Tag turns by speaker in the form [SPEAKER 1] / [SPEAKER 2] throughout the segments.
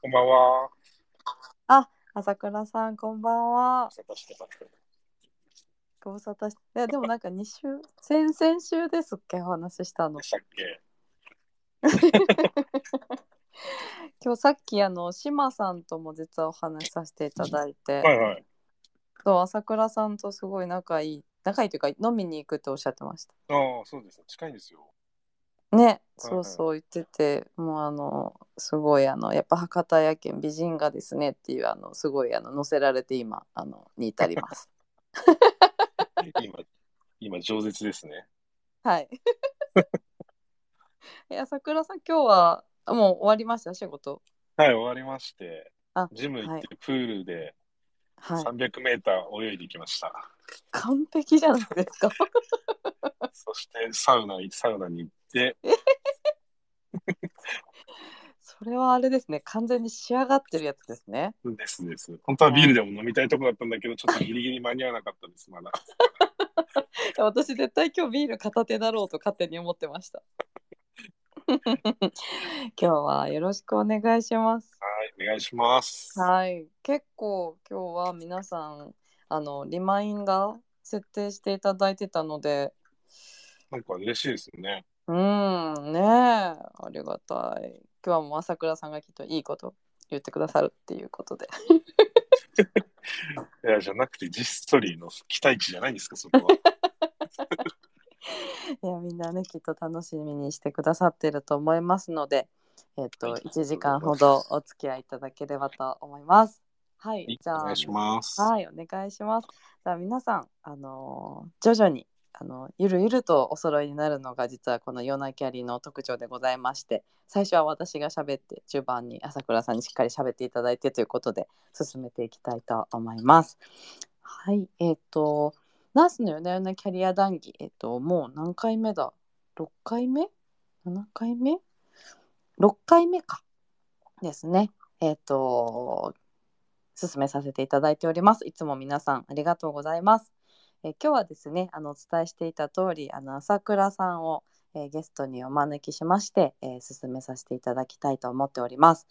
[SPEAKER 1] こんばんは。
[SPEAKER 2] 朝倉さん、こんばんは。
[SPEAKER 1] さとしてます
[SPEAKER 2] ご無沙汰して。えでもなんか2週、 先々週ですっけ、お話ししたの
[SPEAKER 1] で。したっけ
[SPEAKER 2] 今日さっき、あの、島さんとも実はお話しさせていただいて、
[SPEAKER 1] はいはい。
[SPEAKER 2] そう朝倉さんとすごい仲いい、仲いいというか、飲みに行くっておっしゃってました。
[SPEAKER 1] ああ、そうです。近いんですよ。
[SPEAKER 2] ね、そうそう言ってて、もうあの、すごいあの、やっぱ博多夜県美人がですねっていう、あの、すごいあの、載せられて今、あの、に至 ります。
[SPEAKER 1] 今、今、饒舌ですね。
[SPEAKER 2] はい。 いや、桜さん、今日はあもう終わりました、仕事。
[SPEAKER 1] はい、終わりまして
[SPEAKER 2] あ、
[SPEAKER 1] ジム行
[SPEAKER 2] は
[SPEAKER 1] っ
[SPEAKER 2] い
[SPEAKER 1] て、プールで
[SPEAKER 2] はい。
[SPEAKER 1] 300メーター泳いできました。
[SPEAKER 2] 完璧じゃないですか。
[SPEAKER 1] そして、サウナ、サウナに行って、
[SPEAKER 2] それはあれですね、完全に仕上がってるやつですね。
[SPEAKER 1] ですです。本当はビールでも飲みたいとこだったんだけど、ちょっとギリギリ間に合わなかったです、まだ。
[SPEAKER 2] いや私、絶対今日ビール片手だろうと勝手に思ってました。 今日はよろしくお願いします。
[SPEAKER 1] はい、お願いします。
[SPEAKER 2] はい、結構今日は皆さん、あの、リマインダー設定していただいてたので、
[SPEAKER 1] なんか嬉しいですね。
[SPEAKER 2] うんねえありがたい今日はもう朝倉さんがきっといいこと言ってくださるっていうことで
[SPEAKER 1] いや、じゃなくて、実ストリーの期待値じゃないんですか、そこは。
[SPEAKER 2] いやみんなねきっと楽しみにしてくださってると思いますのでえっ、と、
[SPEAKER 1] はい
[SPEAKER 2] 1時間ほどお付き合いいただければと思いますはい じゃあ
[SPEAKER 1] お願いします。
[SPEAKER 2] はいお願いしますじゃあ皆さんあのー徐々にあのゆるゆるとお揃いになるのが実はこの夜なキャリの特徴でございまして最初は私が喋って中盤に朝倉さんにしっかり喋っていただいてということで進めていきたいと思います。はい、えっ、とナースの夜な夜なキャリア談義、えっ、ともう何回目だ6回目 ?7 回目 ?6 回目かですね。えっ、と進めさせていただいております。いつも皆さんありがとうございます。えー今日はですね、あのお伝えしていた通り、あの朝倉さんを、えーゲストにお招きしまして、えー進めさせていただきたいと思っております。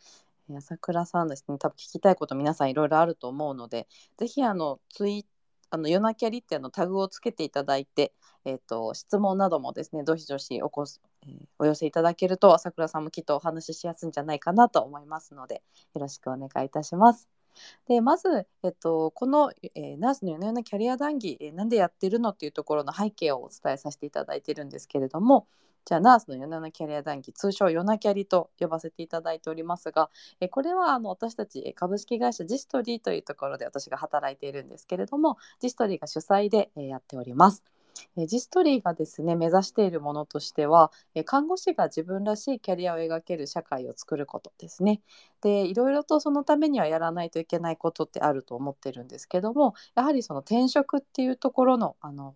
[SPEAKER 2] えー朝倉さんですね、多分聞きたいこと皆さんいろいろあると思うので、ぜひあのツイあの夜なきゃりっていうのタグをつけていただいて、えー、と質問などもですね、どしどしおこす、えーお寄せいただけると、朝倉さんもきっとお話ししやすいんじゃないかなと思いますので、よろしくお願いいたします。でまず、えっと、この、えーナースの夜な夜なキャリア談義、えーなんでやってるのっていうところの背景をお伝えさせていただいてるんですけれどもじゃあナースの夜な夜なキャリア談義通称夜なキャリと呼ばせていただいておりますが、えーこれはあの私たちえー株式会社ジストリーというところで私が働いているんですけれどもジストリーが主催で、えーやっております。えージストリーがですね目指しているものとしてはえー看護師が自分らしいキャリアを描ける社会を作ることですね。でいろいろとそのためにはやらないといけないことってあると思ってるんですけどもやはりその転職っていうところのあの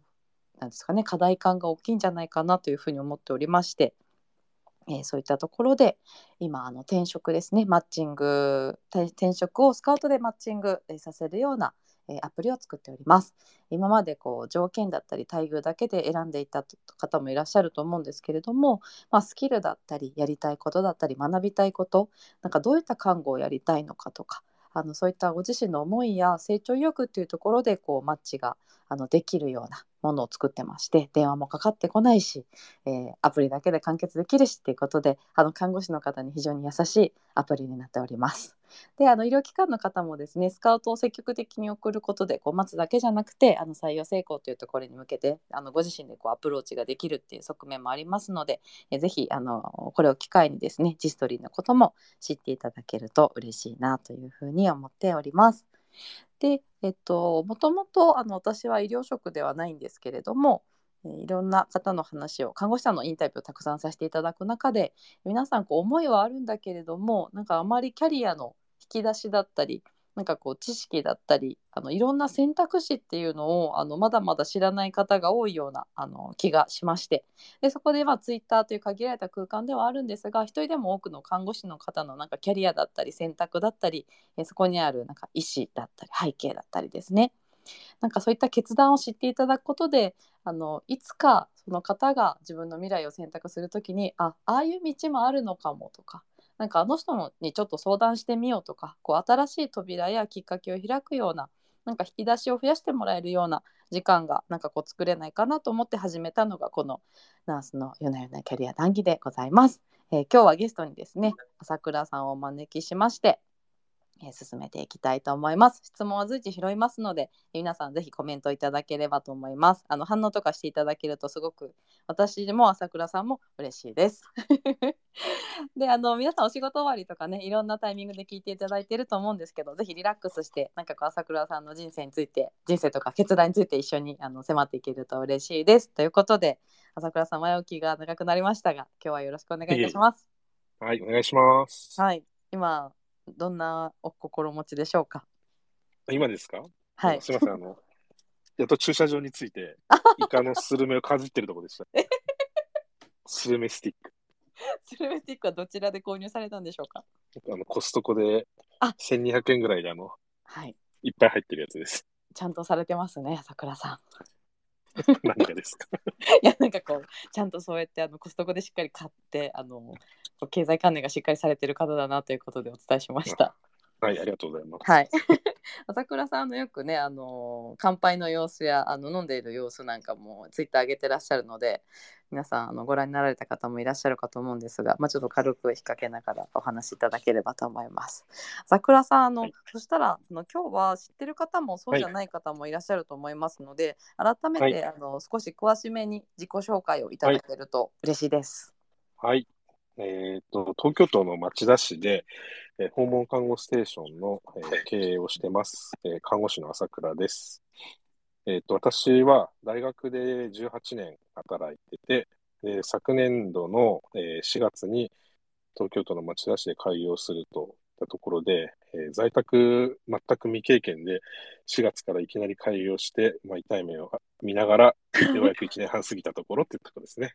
[SPEAKER 2] なんですかね課題感が大きいんじゃないかなというふうに思っておりまして、えーそういったところで今あの転職ですねマッチングて転職をスカウトでマッチングえーさせるようなえーアプリを作っております今までこう条件だったり待遇だけで選んでいたと方もいらっしゃると思うんですけれども、まあ、スキルだったりやりたいことだったり学びたいことなんかどういった看護をやりたいのかとかあのそういったご自身の思いや成長意欲っていうところでこうマッチがあのできるようなものを作ってまして電話もかかってこないし、えーアプリだけで完結できるしっていうことであの看護師の方に非常に優しいアプリになっております。であの医療機関の方もですねスカウトを積極的に送ることでこう待つだけじゃなくてあの採用成功というところに向けてあのご自身でこうアプローチができるっていう側面もありますので、えーぜひあのこれを機会にですねジストリーのことも知っていただけると嬉しいなというふうに思っております。で、えっと、もともとあの私は医療職ではないんですけれども、えーいろんな方の話を看護師さんのインタビューをたくさんさせていただく中で皆さんこう思いはあるんだけれどもなんかあまりキャリアの引き出しだったりなんかこう知識だったりあのいろんな選択肢っていうのをあのまだまだ知らない方が多いようなあの気がしましてでそこでまあツイッターという限られた空間ではあるんですが一人でも多くの看護師の方のなんかキャリアだったり選択だったりえーそこにあるなんか意思だったり背景だったりですねなんかそういった決断を知っていただくことであのいつかその方が自分の未来を選択するときにあああいう道もあるのかもとかなんかあの人にちょっと相談してみようとかこう新しい扉やきっかけを開くようななんか引き出しを増やしてもらえるような時間がなんかこう作れないかなと思って始めたのがこのナースの夜な夜なキャリア談義でございます。えー今日はゲストにですね朝倉さんをお招きしまして、えー進めていきたいと思います。質問は随時拾いますので、えー皆さんぜひコメントいただければと思います。あの反応とかしていただけるとすごく私も朝倉さんも嬉しいです。 で、あの皆さんお仕事終わりとかね、いろんなタイミングで聞いていただいてると思うんですけど、ぜひリラックスしてなんかこう朝倉さんの人生について、人生とか決断について一緒にあの迫っていけると嬉しいです。ということで、朝倉さん前置きが長くなりましたが、今日はよろしくお願いいたします。
[SPEAKER 1] はい、お願いします。
[SPEAKER 2] はい、今どんなお心持ちでしょうか。
[SPEAKER 1] 今ですか
[SPEAKER 2] はい。
[SPEAKER 1] すいません、あの、やっと駐車場につい て、イカのスルメをかじってるとこでした。スルメスティッ
[SPEAKER 2] スルメスティックはどちらで購入されたんでしょうか。
[SPEAKER 1] ク。あの、コストコで
[SPEAKER 2] あ、
[SPEAKER 1] 1200円ぐらいで、あの、
[SPEAKER 2] はい。
[SPEAKER 1] いっぱい入ってるやつ です。
[SPEAKER 2] ちゃんとされてますね、朝倉さん。
[SPEAKER 1] 何がですか
[SPEAKER 2] いやなんかこうちゃんとそうやってあのコストコでしっかり買ってあのこう経済観念がしっかりされてる方だなということでお伝えしました。
[SPEAKER 1] はい、ありがとうございます。
[SPEAKER 2] はい。 朝倉さんあのよくねあの乾杯の様子やあの飲んでいる様子なんかもツイッター上げてらっしゃるので皆さんあのご覧になられた方もいらっしゃるかと思うんですが、まあ、ちょっと軽く引っ掛けながらお話しいただければと思います。朝倉さんあの、
[SPEAKER 1] はい
[SPEAKER 2] そしたらあの今日は知ってる方もそうじゃない方もいらっしゃると思いますので、改めて、
[SPEAKER 1] はい
[SPEAKER 2] あの少し詳しめに自己紹介をいただけると嬉しいです。
[SPEAKER 1] はい。えっと、東京都の町田市で、えー訪問看護ステーションの、えー経営をしてます、えー看護師の朝倉です。えっと、私は大学で18年働いてて、で昨年度の、えー4月に東京都の町田市で開業するといったところで、えー在宅全く未経験で4月からいきなり開業して、まあ、痛い目を見ながら、 ようやく1年半過ぎたところっていうところですね。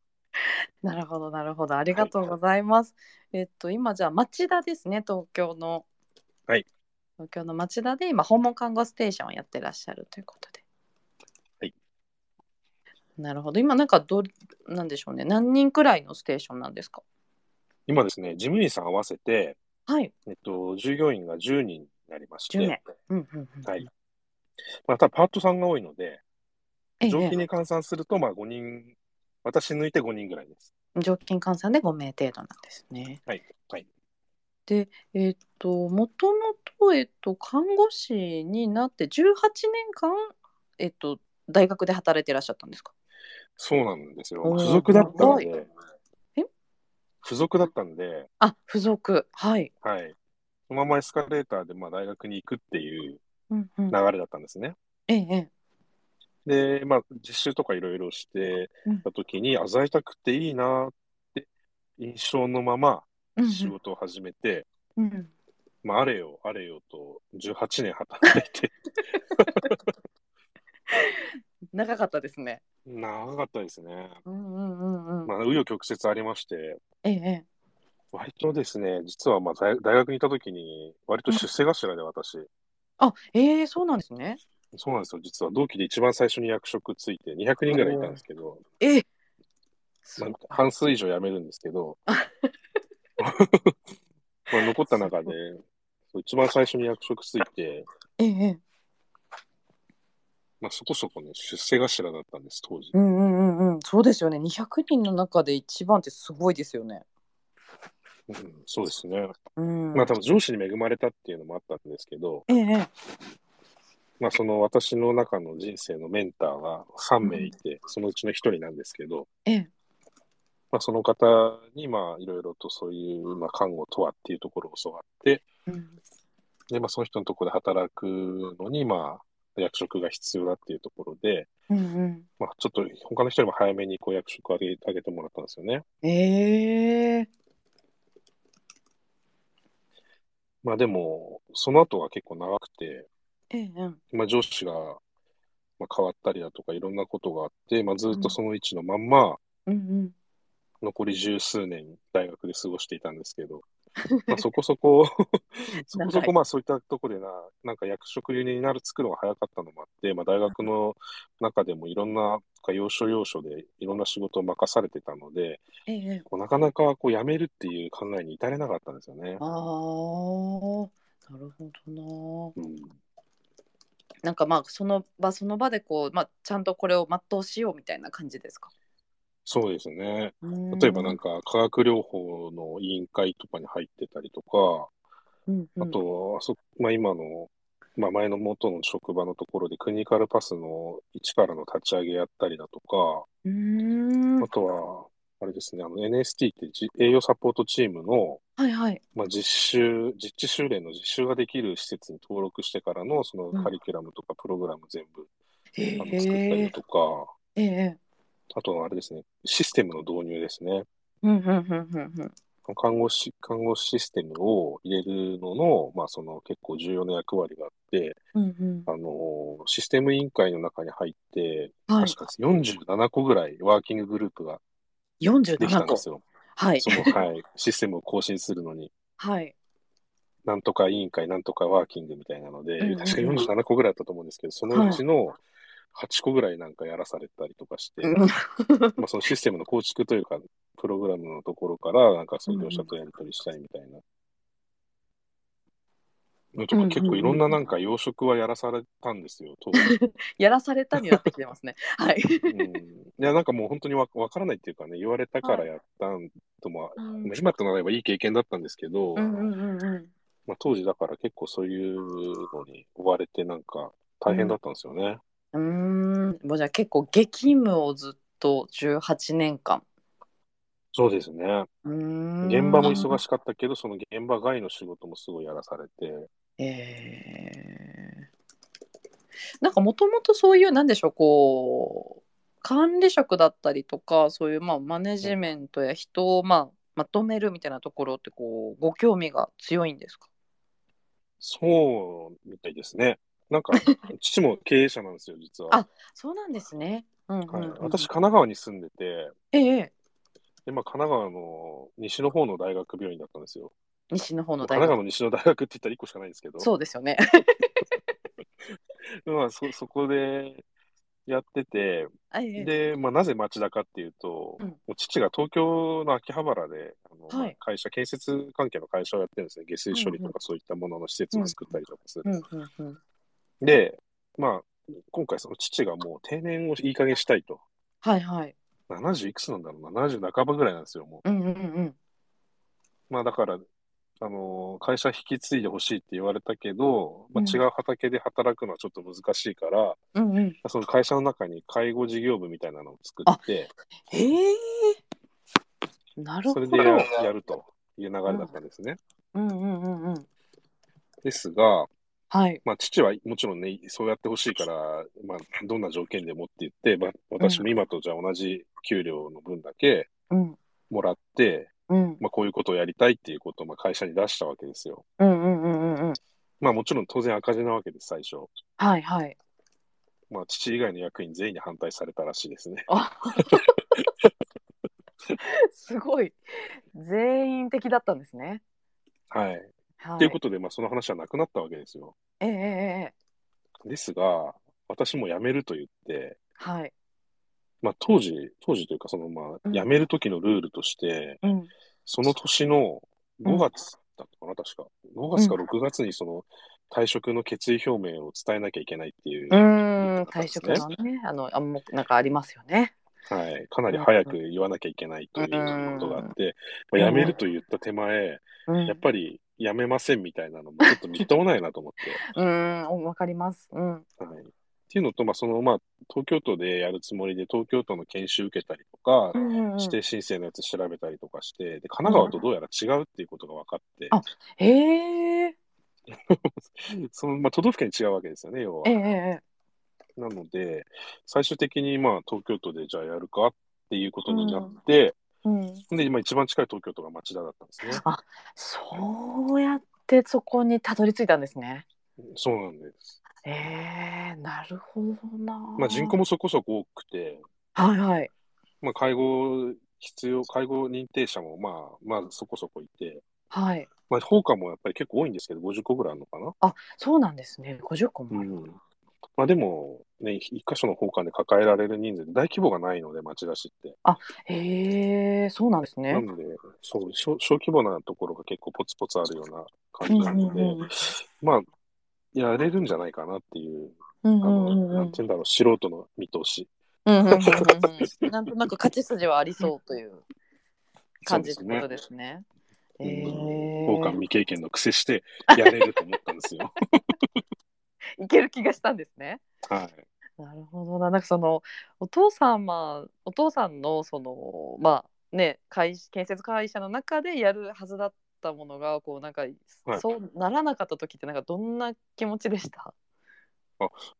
[SPEAKER 2] なるほどなるほどありがとうございます。えっと今じゃあ町田ですね東京の。
[SPEAKER 1] はい。
[SPEAKER 2] 東京の町田で今訪問看護ステーションをやってらっしゃるということで。
[SPEAKER 1] はい。
[SPEAKER 2] なるほど今なんかどなんでしょうね何人くらいのステーションなんですか。
[SPEAKER 1] 今ですね、事務員さん合わせて、
[SPEAKER 2] はい。
[SPEAKER 1] えっと、従業員が10人になりまして、
[SPEAKER 2] 10名うんうんうん。
[SPEAKER 1] はい。まあ、ただパートさんが多いので、
[SPEAKER 2] ええ。
[SPEAKER 1] 上勤に換算すると、まあ5人、私抜いて5人ぐらいです。
[SPEAKER 2] 常勤換算で5名程度なんですね。
[SPEAKER 1] はい。はい。
[SPEAKER 2] で、えっと、もともと、えっと、看護師になって18年間、えっと、大学で働いていらっしゃったんですか
[SPEAKER 1] そうなんですよ。
[SPEAKER 2] おー
[SPEAKER 1] 付属だったの
[SPEAKER 2] すご
[SPEAKER 1] で、
[SPEAKER 2] え
[SPEAKER 1] 付属だったんで、
[SPEAKER 2] あ、付属。はい。
[SPEAKER 1] はい。そのままエスカレーターで、まあ、大学に行くっていう
[SPEAKER 2] うんうん
[SPEAKER 1] 流。れだったんですね。
[SPEAKER 2] ええ、ええ。
[SPEAKER 1] で、まあ、実習とかいろいろしてた時に、あ、在宅っていいなって印象のまま
[SPEAKER 2] うん
[SPEAKER 1] 仕事を始めて、
[SPEAKER 2] うんうん。
[SPEAKER 1] まあ、あれよ、あれよと、18年働いて、
[SPEAKER 2] 長かったですね。
[SPEAKER 1] 長かったですね。
[SPEAKER 2] うんうんうんうん。
[SPEAKER 1] まあ、紆余曲折ありまして、
[SPEAKER 2] ええ、え
[SPEAKER 1] 割とですね、実はまあ大大学にいた時に、割と出世頭で私、
[SPEAKER 2] あ、ええ、そうなんですね。
[SPEAKER 1] そうなんですよ、実は同期で一番最初に役職ついて、200人ぐらいいたんですけど、
[SPEAKER 2] ええ。
[SPEAKER 1] まあ
[SPEAKER 2] そう、か
[SPEAKER 1] 半数以上辞めるんですけど、まあ残った中で、そう一番最初に役職ついて、
[SPEAKER 2] ええ、ええ。
[SPEAKER 1] まあ、そこそこね、出世頭だったんです、当時。
[SPEAKER 2] うんうんうんうん。そうですよね。200人の中で一番ってすごいですよね。
[SPEAKER 1] うん、そうですね。
[SPEAKER 2] うん。
[SPEAKER 1] まあ、多分上司に恵まれたっていうのもあったんですけど、
[SPEAKER 2] ええ、ええ。
[SPEAKER 1] まあ、その私の中の人生のメンターが3名いて、そのうちの1人なんですけど、
[SPEAKER 2] ええ。
[SPEAKER 1] まあ、その方に、まあ、いろいろとそういう、まあ、看護とはっていうところを教わって、
[SPEAKER 2] うん
[SPEAKER 1] で、まあ、その人のところで働くのに、まあ、役職が必要だっていうところで、
[SPEAKER 2] うんうん。
[SPEAKER 1] まあ、ちょっと他の人にも早めにこう役職をあげあげてもらったんですよね。
[SPEAKER 2] ええ
[SPEAKER 1] まあ、でも、その後は結構長くて、
[SPEAKER 2] ええうん
[SPEAKER 1] まあ、上司が、まあ、変わったりだとかいろんなことがあって、まあ、ずっとその位置のまんま、
[SPEAKER 2] うんうん
[SPEAKER 1] 残り十数年大学で過ごしていたんですけど、まあ、そこそこそ
[SPEAKER 2] 長
[SPEAKER 1] こ
[SPEAKER 2] い
[SPEAKER 1] そこまあそういったところでな、なんか役職になるつくのが早かったのもあって、まあ、大学の中でもいろんな、要所要所でいろんな仕事を任されてたので、
[SPEAKER 2] ええ。
[SPEAKER 1] こうなかなかこう辞めるっていう考えに至れなかったんですよね
[SPEAKER 2] あ。あ、なるほど
[SPEAKER 1] うん、
[SPEAKER 2] な。なんかまあその場その場でこう、まあ、ちゃんとこれを全うしようみたいな感じですか。
[SPEAKER 1] そうですね。
[SPEAKER 2] 例
[SPEAKER 1] 例えばなん
[SPEAKER 2] か、
[SPEAKER 1] か化学療法の委員会とかに入ってたりとか、
[SPEAKER 2] うんうん
[SPEAKER 1] あと、あそまあ、今の、まあ、前の元の職場のところで、クリニカルパスの一からの立ち上げやったりだとか、
[SPEAKER 2] うーん
[SPEAKER 1] あとは、あれですね、あの NST ってじ栄養サポートチームの、
[SPEAKER 2] はいはい。
[SPEAKER 1] まあ、実習、実地修練の実習ができる施設に登録してからの、その
[SPEAKER 2] うん
[SPEAKER 1] カリキュラムとかプログラム全部、
[SPEAKER 2] へ
[SPEAKER 1] あの作ったり
[SPEAKER 2] え
[SPEAKER 1] とか、
[SPEAKER 2] ええ。
[SPEAKER 1] あとはあれですね、システムの導入ですね。
[SPEAKER 2] うんうんうんうんうん。
[SPEAKER 1] 看護師、看護師システムを入れるのの、まあ、その結構重要な役割があって、
[SPEAKER 2] うん
[SPEAKER 1] あのーシステム委員会の中に入って、
[SPEAKER 2] うん。はい
[SPEAKER 1] 確。か47個ぐらいワーキンググループが
[SPEAKER 2] 47
[SPEAKER 1] できたんで
[SPEAKER 2] 個
[SPEAKER 1] す。よ。
[SPEAKER 2] はい
[SPEAKER 1] そ。の、はい、システムを更新するのに、
[SPEAKER 2] はい。
[SPEAKER 1] なんとか委員会、なんとかワーキングみたいなので、
[SPEAKER 2] うんうんうん
[SPEAKER 1] 確か47個ぐらいだったと思うんですけど、そのうちの8個ぐらいなんかやらされたりとかして、
[SPEAKER 2] うん
[SPEAKER 1] まあ、そのシステムの構築というか、プログラムのところから、なんかそういう業者とやり取りしたいみたいな。のと
[SPEAKER 2] う
[SPEAKER 1] か
[SPEAKER 2] んうんうん
[SPEAKER 1] 結構いろんななんか養殖はやらされたんですよ、当時。
[SPEAKER 2] やらされたになってきてますね。はい。
[SPEAKER 1] うんいや、なんかもう本当にわわからないっていうかね、言われたからやったんとも、まあ今となればいい経験だったんですけど、
[SPEAKER 2] うんうんうんうん。
[SPEAKER 1] まあ、当時だから結構そういうのに追われて、なんか大変だったんですよね。
[SPEAKER 2] うーん、もうじゃあ結構激務をずっと18年間。
[SPEAKER 1] そうですね。
[SPEAKER 2] うーん
[SPEAKER 1] 現場も忙しかったけど、その現場外の仕事もすごいやらされて、
[SPEAKER 2] えーなんかもともとそういうなんでしょうこう管理職だったりとかそういうまあマネジメントや人をまあまとめるみたいなところってこうご興味が強いんですか
[SPEAKER 1] そうみたいですね。なん か、父も経営者なんですよ、実は。
[SPEAKER 2] あそうなんですね。うんうんうん
[SPEAKER 1] はい、私、神奈川に住んでて、
[SPEAKER 2] ええ
[SPEAKER 1] でまあ、神奈川の西の方の大学病院だったんですよ。
[SPEAKER 2] 西の方の
[SPEAKER 1] 神
[SPEAKER 2] 大
[SPEAKER 1] 奈
[SPEAKER 2] 学
[SPEAKER 1] 川の西の大学って言ったら1個しかないんですけど。
[SPEAKER 2] そうです よね。
[SPEAKER 1] まあ、そ、そこでやってて、
[SPEAKER 2] ええ
[SPEAKER 1] で、まあ、なぜ町田かっていうと、
[SPEAKER 2] うん
[SPEAKER 1] もう父が東京の秋葉原で、あの、
[SPEAKER 2] はい
[SPEAKER 1] 会社、建設関係の会社をやってるんですね。下水処理とかそういったものの施設を作ったりとかする。
[SPEAKER 2] うんうんうん
[SPEAKER 1] で、まあ、今回その父がもう定年をいい加減したいと。
[SPEAKER 2] はいはい。
[SPEAKER 1] 70いくつなんだろうな、70半ばぐらいなんですよ、も
[SPEAKER 2] うんうんうん。
[SPEAKER 1] う。まあ、だから、あの、会社引き継いでほしいって言われたけど、まあ、
[SPEAKER 2] うん
[SPEAKER 1] 違う畑で働くのはちょっと難しいから、
[SPEAKER 2] うんうん。
[SPEAKER 1] その会社の中に介護事業部みたいなのを作って、
[SPEAKER 2] へえ。なる
[SPEAKER 1] そ
[SPEAKER 2] ほ
[SPEAKER 1] れで
[SPEAKER 2] ど。
[SPEAKER 1] ややるという流れだったんですね。
[SPEAKER 2] うんうんうんうん。
[SPEAKER 1] ですが、
[SPEAKER 2] はい。
[SPEAKER 1] まあ、父はもちろんね、そうやってほしいから、まあ、どんな条件でもって言って、まあ、私も今とじゃあ同じ給料の分だけ
[SPEAKER 2] うん
[SPEAKER 1] もらって、
[SPEAKER 2] うん
[SPEAKER 1] まあ、こういうことをやりたいっていうことをまあ会社に出したわけですよ。
[SPEAKER 2] うんうんうんうんうん。
[SPEAKER 1] まあ、もちろん当然赤字なわけです、最初。
[SPEAKER 2] はいはい。
[SPEAKER 1] まあ、父以外の役員全員に反対されたらしいですね。
[SPEAKER 2] あすごい。全員的だったんですね。
[SPEAKER 1] はい。と、
[SPEAKER 2] はい。
[SPEAKER 1] い、うことで、まあ、その話はなくなったわけですよ。
[SPEAKER 2] ええええええ
[SPEAKER 1] ですが、私も辞めると言って、
[SPEAKER 2] はい。
[SPEAKER 1] まあ、当時、当時というか、その、ま
[SPEAKER 2] う
[SPEAKER 1] あ、
[SPEAKER 2] ん
[SPEAKER 1] 辞める時のルールとして、
[SPEAKER 2] うん。
[SPEAKER 1] その年の
[SPEAKER 2] うん
[SPEAKER 1] 5月だったかな、確か。5月か6月にその退職の決意表明を伝えなきゃいけないっていう
[SPEAKER 2] う、ーん。退職のね、あの、あんもなんかありますよね。
[SPEAKER 1] はい、かなり早く言わなきゃいけないということがあって、まあ、辞めると言った手前、
[SPEAKER 2] うん。
[SPEAKER 1] やっぱり辞めませんみたいなのもちょっとみっともないなと思っ
[SPEAKER 2] うーん。わかります。うん。
[SPEAKER 1] て。はいっていうのと、まあ、その、まあ、東京都でやるつもりで、東京都の研修受けたりとか
[SPEAKER 2] う、んうんうん
[SPEAKER 1] 指定申請のやつ調べたりとかして、で、神奈川とどうやら違うっていうことが分かって、
[SPEAKER 2] あへえ。
[SPEAKER 1] その、まあ、都道府県違うわけですよね、要は
[SPEAKER 2] えええ。え
[SPEAKER 1] なので、最終的に、まあ、東京都でじゃあやるかっていうことになって、
[SPEAKER 2] うん。
[SPEAKER 1] で、今一番近い東京都が町田だったんですね。
[SPEAKER 2] そうやってそこにたどり着いたんですね。
[SPEAKER 1] そうなんです。
[SPEAKER 2] えー、なるほどな。
[SPEAKER 1] まあ、人口もそこそこ多くて、
[SPEAKER 2] はいはい。
[SPEAKER 1] まあ、介護必要、介護認定者もまあ、まあ、そこそこいて、
[SPEAKER 2] はい。
[SPEAKER 1] まあ、効果もやっぱり結構多いんですけど、50個ぐらいあるのかな。
[SPEAKER 2] あ、そうなんですね。50個
[SPEAKER 1] う
[SPEAKER 2] もある。
[SPEAKER 1] ん。まあ、でも、ね、一箇所の交換で抱えられる人数で大規模がないので、町出しって。
[SPEAKER 2] へえ、そうなんです
[SPEAKER 1] な
[SPEAKER 2] ね。
[SPEAKER 1] ので、そう小、小規模なところが結構ポツポツあるような
[SPEAKER 2] う
[SPEAKER 1] 感
[SPEAKER 2] ん
[SPEAKER 1] じなの
[SPEAKER 2] う
[SPEAKER 1] で、
[SPEAKER 2] んうん
[SPEAKER 1] まあ、やれるんじゃないかなっていう、
[SPEAKER 2] う
[SPEAKER 1] あ
[SPEAKER 2] んうん
[SPEAKER 1] の、
[SPEAKER 2] うんう
[SPEAKER 1] なん
[SPEAKER 2] ん
[SPEAKER 1] て言うんだろう、素人の見通し。
[SPEAKER 2] うんうんうんうんうんなんとなく勝ち筋はありそうという感じってことですね。
[SPEAKER 1] うん
[SPEAKER 2] えー
[SPEAKER 1] 交換未経験の癖して、 やれると思ったんです よ。
[SPEAKER 2] いける気がしたんですね。
[SPEAKER 1] はい。
[SPEAKER 2] なるほどな。なんかそのお父様、お父さんのそのまあね、会建設会社の中でやるはずだったものがこうなんか、
[SPEAKER 1] はい
[SPEAKER 2] そうならなかった時ってなんかどんな気持ちでした？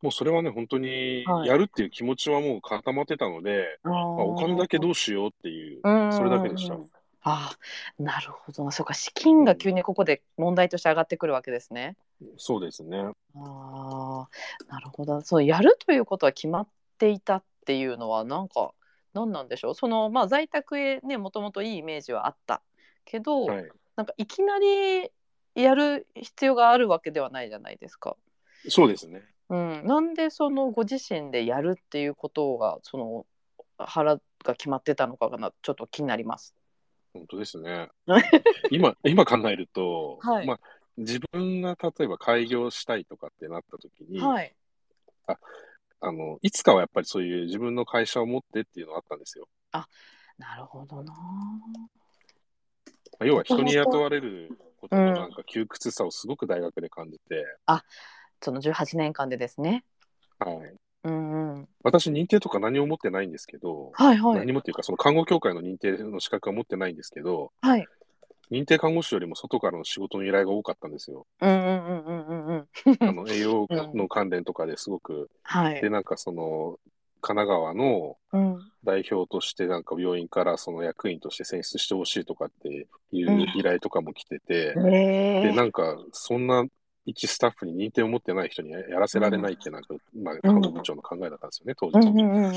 [SPEAKER 1] もうそれはね、本当に
[SPEAKER 2] は、い
[SPEAKER 1] やるっていう気持ちはもう固まってたので、
[SPEAKER 2] あ
[SPEAKER 1] まあお金だけどうしようっていう、それだけでした。
[SPEAKER 2] あーなるほどな。そうか資金が急にここで問題として上がってくるわけですね。
[SPEAKER 1] そうですね。
[SPEAKER 2] ああ、なるほど。そう、やるということは決まっていたっていうのは、なんか、何なんでしょう。その、まあ、在宅へね、もともといいイメージはあったけど、
[SPEAKER 1] はい。
[SPEAKER 2] なんかいきなりやる必要があるわけではないじゃないですか。
[SPEAKER 1] そうですね。
[SPEAKER 2] うん、なんでそのご自身でやるっていうことが、その腹が決まってたのかな、ちょっと気になります。
[SPEAKER 1] 本当です ね。今、今考えると、
[SPEAKER 2] はい
[SPEAKER 1] まあ、自分が例えば開業したいとかってなった時に、
[SPEAKER 2] はい。
[SPEAKER 1] あの、いつかはやっぱりそういう自分の会社を持ってっていうのがあったんですよ。
[SPEAKER 2] なるほどな。
[SPEAKER 1] まあ、要は人に雇われることのなんか窮屈さをすごく大学で感じて、
[SPEAKER 2] その18年間でですね。
[SPEAKER 1] はい。
[SPEAKER 2] うんうん。
[SPEAKER 1] 私認定とか何を持ってないんですけど、
[SPEAKER 2] はいはい。
[SPEAKER 1] 何もっていうか、その看護協会の認定の資格は持ってないんですけど、
[SPEAKER 2] はい。
[SPEAKER 1] 認定看護師よりも外からの仕事の依頼が多かったんですよ。
[SPEAKER 2] うんうんうんうんうんうん。
[SPEAKER 1] あの栄養の関連とかですごく、
[SPEAKER 2] はい。
[SPEAKER 1] で、なんかその、神奈川の
[SPEAKER 2] うん。
[SPEAKER 1] 代表として、なんか病院からその役員として選出してほしいとかってい
[SPEAKER 2] うん
[SPEAKER 1] う依頼とかも来てて、
[SPEAKER 2] え
[SPEAKER 1] で、なんか、そんな一スタッフに認定を持ってない人にやらせられないって、なんか、まあ、看護部長の考えだったんですよね、当
[SPEAKER 2] うん
[SPEAKER 1] 時。
[SPEAKER 2] うんうんうん。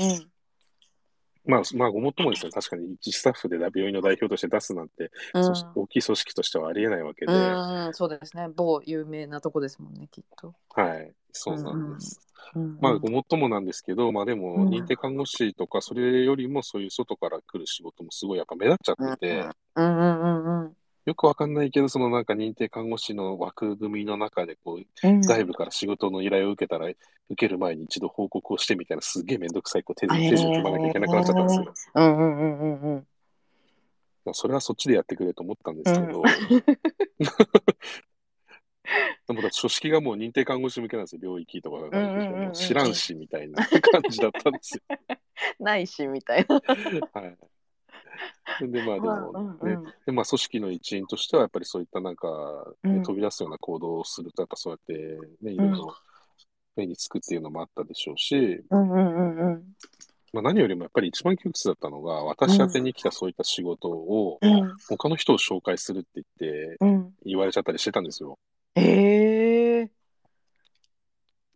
[SPEAKER 1] まあ、まあ、ごもっともですよ。確かに一スタッフで病院の代表として出すなんて、
[SPEAKER 2] うん
[SPEAKER 1] 組織大きい組織としてはありえないわけで、
[SPEAKER 2] うんうん、そうですね。某有名なとこですもんね、きっと。
[SPEAKER 1] はい、そうなんです。
[SPEAKER 2] うん
[SPEAKER 1] まあ、ごもっともなんですけど、まあで
[SPEAKER 2] う
[SPEAKER 1] も、
[SPEAKER 2] ん
[SPEAKER 1] 認定看護師とか、それよりもそういう外から来る仕事もすごいやっぱ目立っちゃってて、
[SPEAKER 2] うんうんうんうん
[SPEAKER 1] よくわかんないけど、そのなんか認定看護師の枠組みの中で、こう、
[SPEAKER 2] うん。
[SPEAKER 1] 外部から仕事の依頼を受けたら、受ける前に一度報告をしてみたいな、すっげえめんどくさい、こう、手
[SPEAKER 2] え
[SPEAKER 1] 順
[SPEAKER 2] ー
[SPEAKER 1] 手順踏まなきゃいけなくなっちゃったんですよ。
[SPEAKER 2] うんうんうんうんうん。
[SPEAKER 1] まあそれはそっちでやってくれと思ったんですけど、 でもだって書式がもう認定看護師向けなんですよ、領域とかが。
[SPEAKER 2] うんうんうんうん
[SPEAKER 1] もう知らんし、みたいな感じだったん ですよ。
[SPEAKER 2] ないしみたいな。
[SPEAKER 1] はい。で、まあでも、
[SPEAKER 2] うんう
[SPEAKER 1] ね、
[SPEAKER 2] ん
[SPEAKER 1] で、まあ組織の一員としては、やっぱりそういったなんか、ね
[SPEAKER 2] うん
[SPEAKER 1] 飛び出すような行動をすると、やっぱそうやって、ね、いろいろ目につくっていうのもあったでしょうし、
[SPEAKER 2] うんうんうんうん。
[SPEAKER 1] まあ何よりもやっぱり一番窮屈だったのが、私宛てに来たそういった仕事を、
[SPEAKER 2] うん
[SPEAKER 1] 他の人を紹介するって言って、
[SPEAKER 2] うん。
[SPEAKER 1] 言われちゃったりしてたんですよ。
[SPEAKER 2] ええ。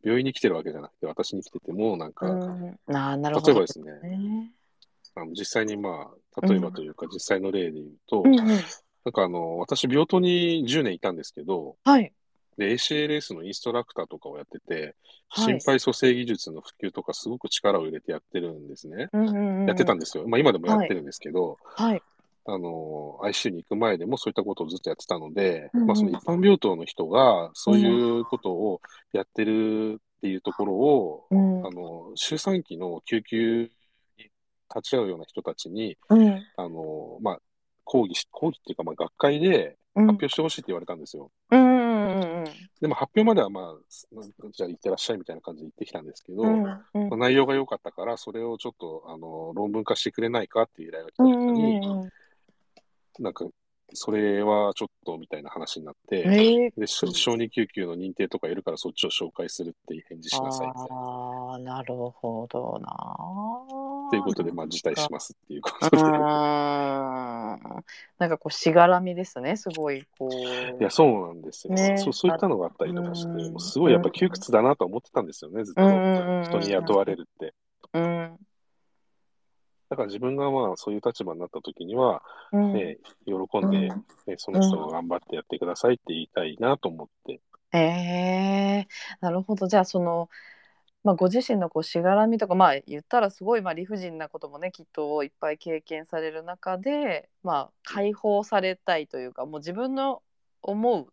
[SPEAKER 1] 病院に来てるわけじゃなくて、私に来てても、なんか、
[SPEAKER 2] うんあーなるほ
[SPEAKER 1] 例えばで。
[SPEAKER 2] ど
[SPEAKER 1] すね、
[SPEAKER 2] ね
[SPEAKER 1] あの実際にまあ、例えばというか、実際の例で言うと、
[SPEAKER 2] うんうん
[SPEAKER 1] なんかあの、私、病棟に10年いたんですけど、
[SPEAKER 2] はい。
[SPEAKER 1] で、ACLS のインストラクターとかをやってて、
[SPEAKER 2] は
[SPEAKER 1] 心
[SPEAKER 2] い
[SPEAKER 1] 肺蘇生技術の普及とかすごく力を入れてやってるんですね。
[SPEAKER 2] うんうんうん
[SPEAKER 1] やってたんですよ。まあ今でもやってるんですけど、
[SPEAKER 2] はい。
[SPEAKER 1] あの、ICU に行く前でもそういったことをずっとやってたので、
[SPEAKER 2] うんうん
[SPEAKER 1] まあその一般病棟の人がそういうことをやってるっていうところを、
[SPEAKER 2] うん
[SPEAKER 1] あの、周産期の救急に立ち会うような人たちに、
[SPEAKER 2] うん
[SPEAKER 1] あの、まあ、講義し、講義っていうか、まあ、学会で
[SPEAKER 2] うん
[SPEAKER 1] 発表してほしいって言われたんですよ。
[SPEAKER 2] うんうんうんうん。
[SPEAKER 1] でも発表までは、まあ、すじゃあ行ってらっしゃいみたいな感じで行ってきたんですけど、
[SPEAKER 2] うん
[SPEAKER 1] ま
[SPEAKER 2] うん
[SPEAKER 1] あ内容が良かったから、それをちょっと、あの、論文化してくれないかっていう依頼が来た
[SPEAKER 2] う
[SPEAKER 1] 時
[SPEAKER 2] んうん
[SPEAKER 1] に、
[SPEAKER 2] うんうん
[SPEAKER 1] なんか、それはちょっとみたいな話になって、
[SPEAKER 2] えー
[SPEAKER 1] で、しょ小児救急の認定とかいるからそっちを紹介するっていう返事しなさいみたいな。
[SPEAKER 2] ああ、なるほどな。
[SPEAKER 1] ということで、まあ、辞退しますっていうこと
[SPEAKER 2] う
[SPEAKER 1] で。
[SPEAKER 2] ーん。なんかこう、しがらみですね、すごい、こう。
[SPEAKER 1] いや、そうなんですよ、
[SPEAKER 2] ね
[SPEAKER 1] そう。そういったのがあったりとかして、
[SPEAKER 2] うん
[SPEAKER 1] もうすごいやっぱ窮屈だなとは思ってたんですよね、ずっと。
[SPEAKER 2] うんうんうんうん
[SPEAKER 1] 人に雇われるって。
[SPEAKER 2] うん。
[SPEAKER 1] だから自分がまあそういう立場になった時には、
[SPEAKER 2] うん
[SPEAKER 1] ね、喜んで、
[SPEAKER 2] うん
[SPEAKER 1] ね、その人が頑張ってやってくださいって言いたいなと思って。
[SPEAKER 2] ええなるほどじゃあその、まあ、ご自身のこうしがらみとかまあ言ったらすごいまあ理不尽なこともねきっといっぱい経験される中で、まあ、解放されたいというかもう自分の思う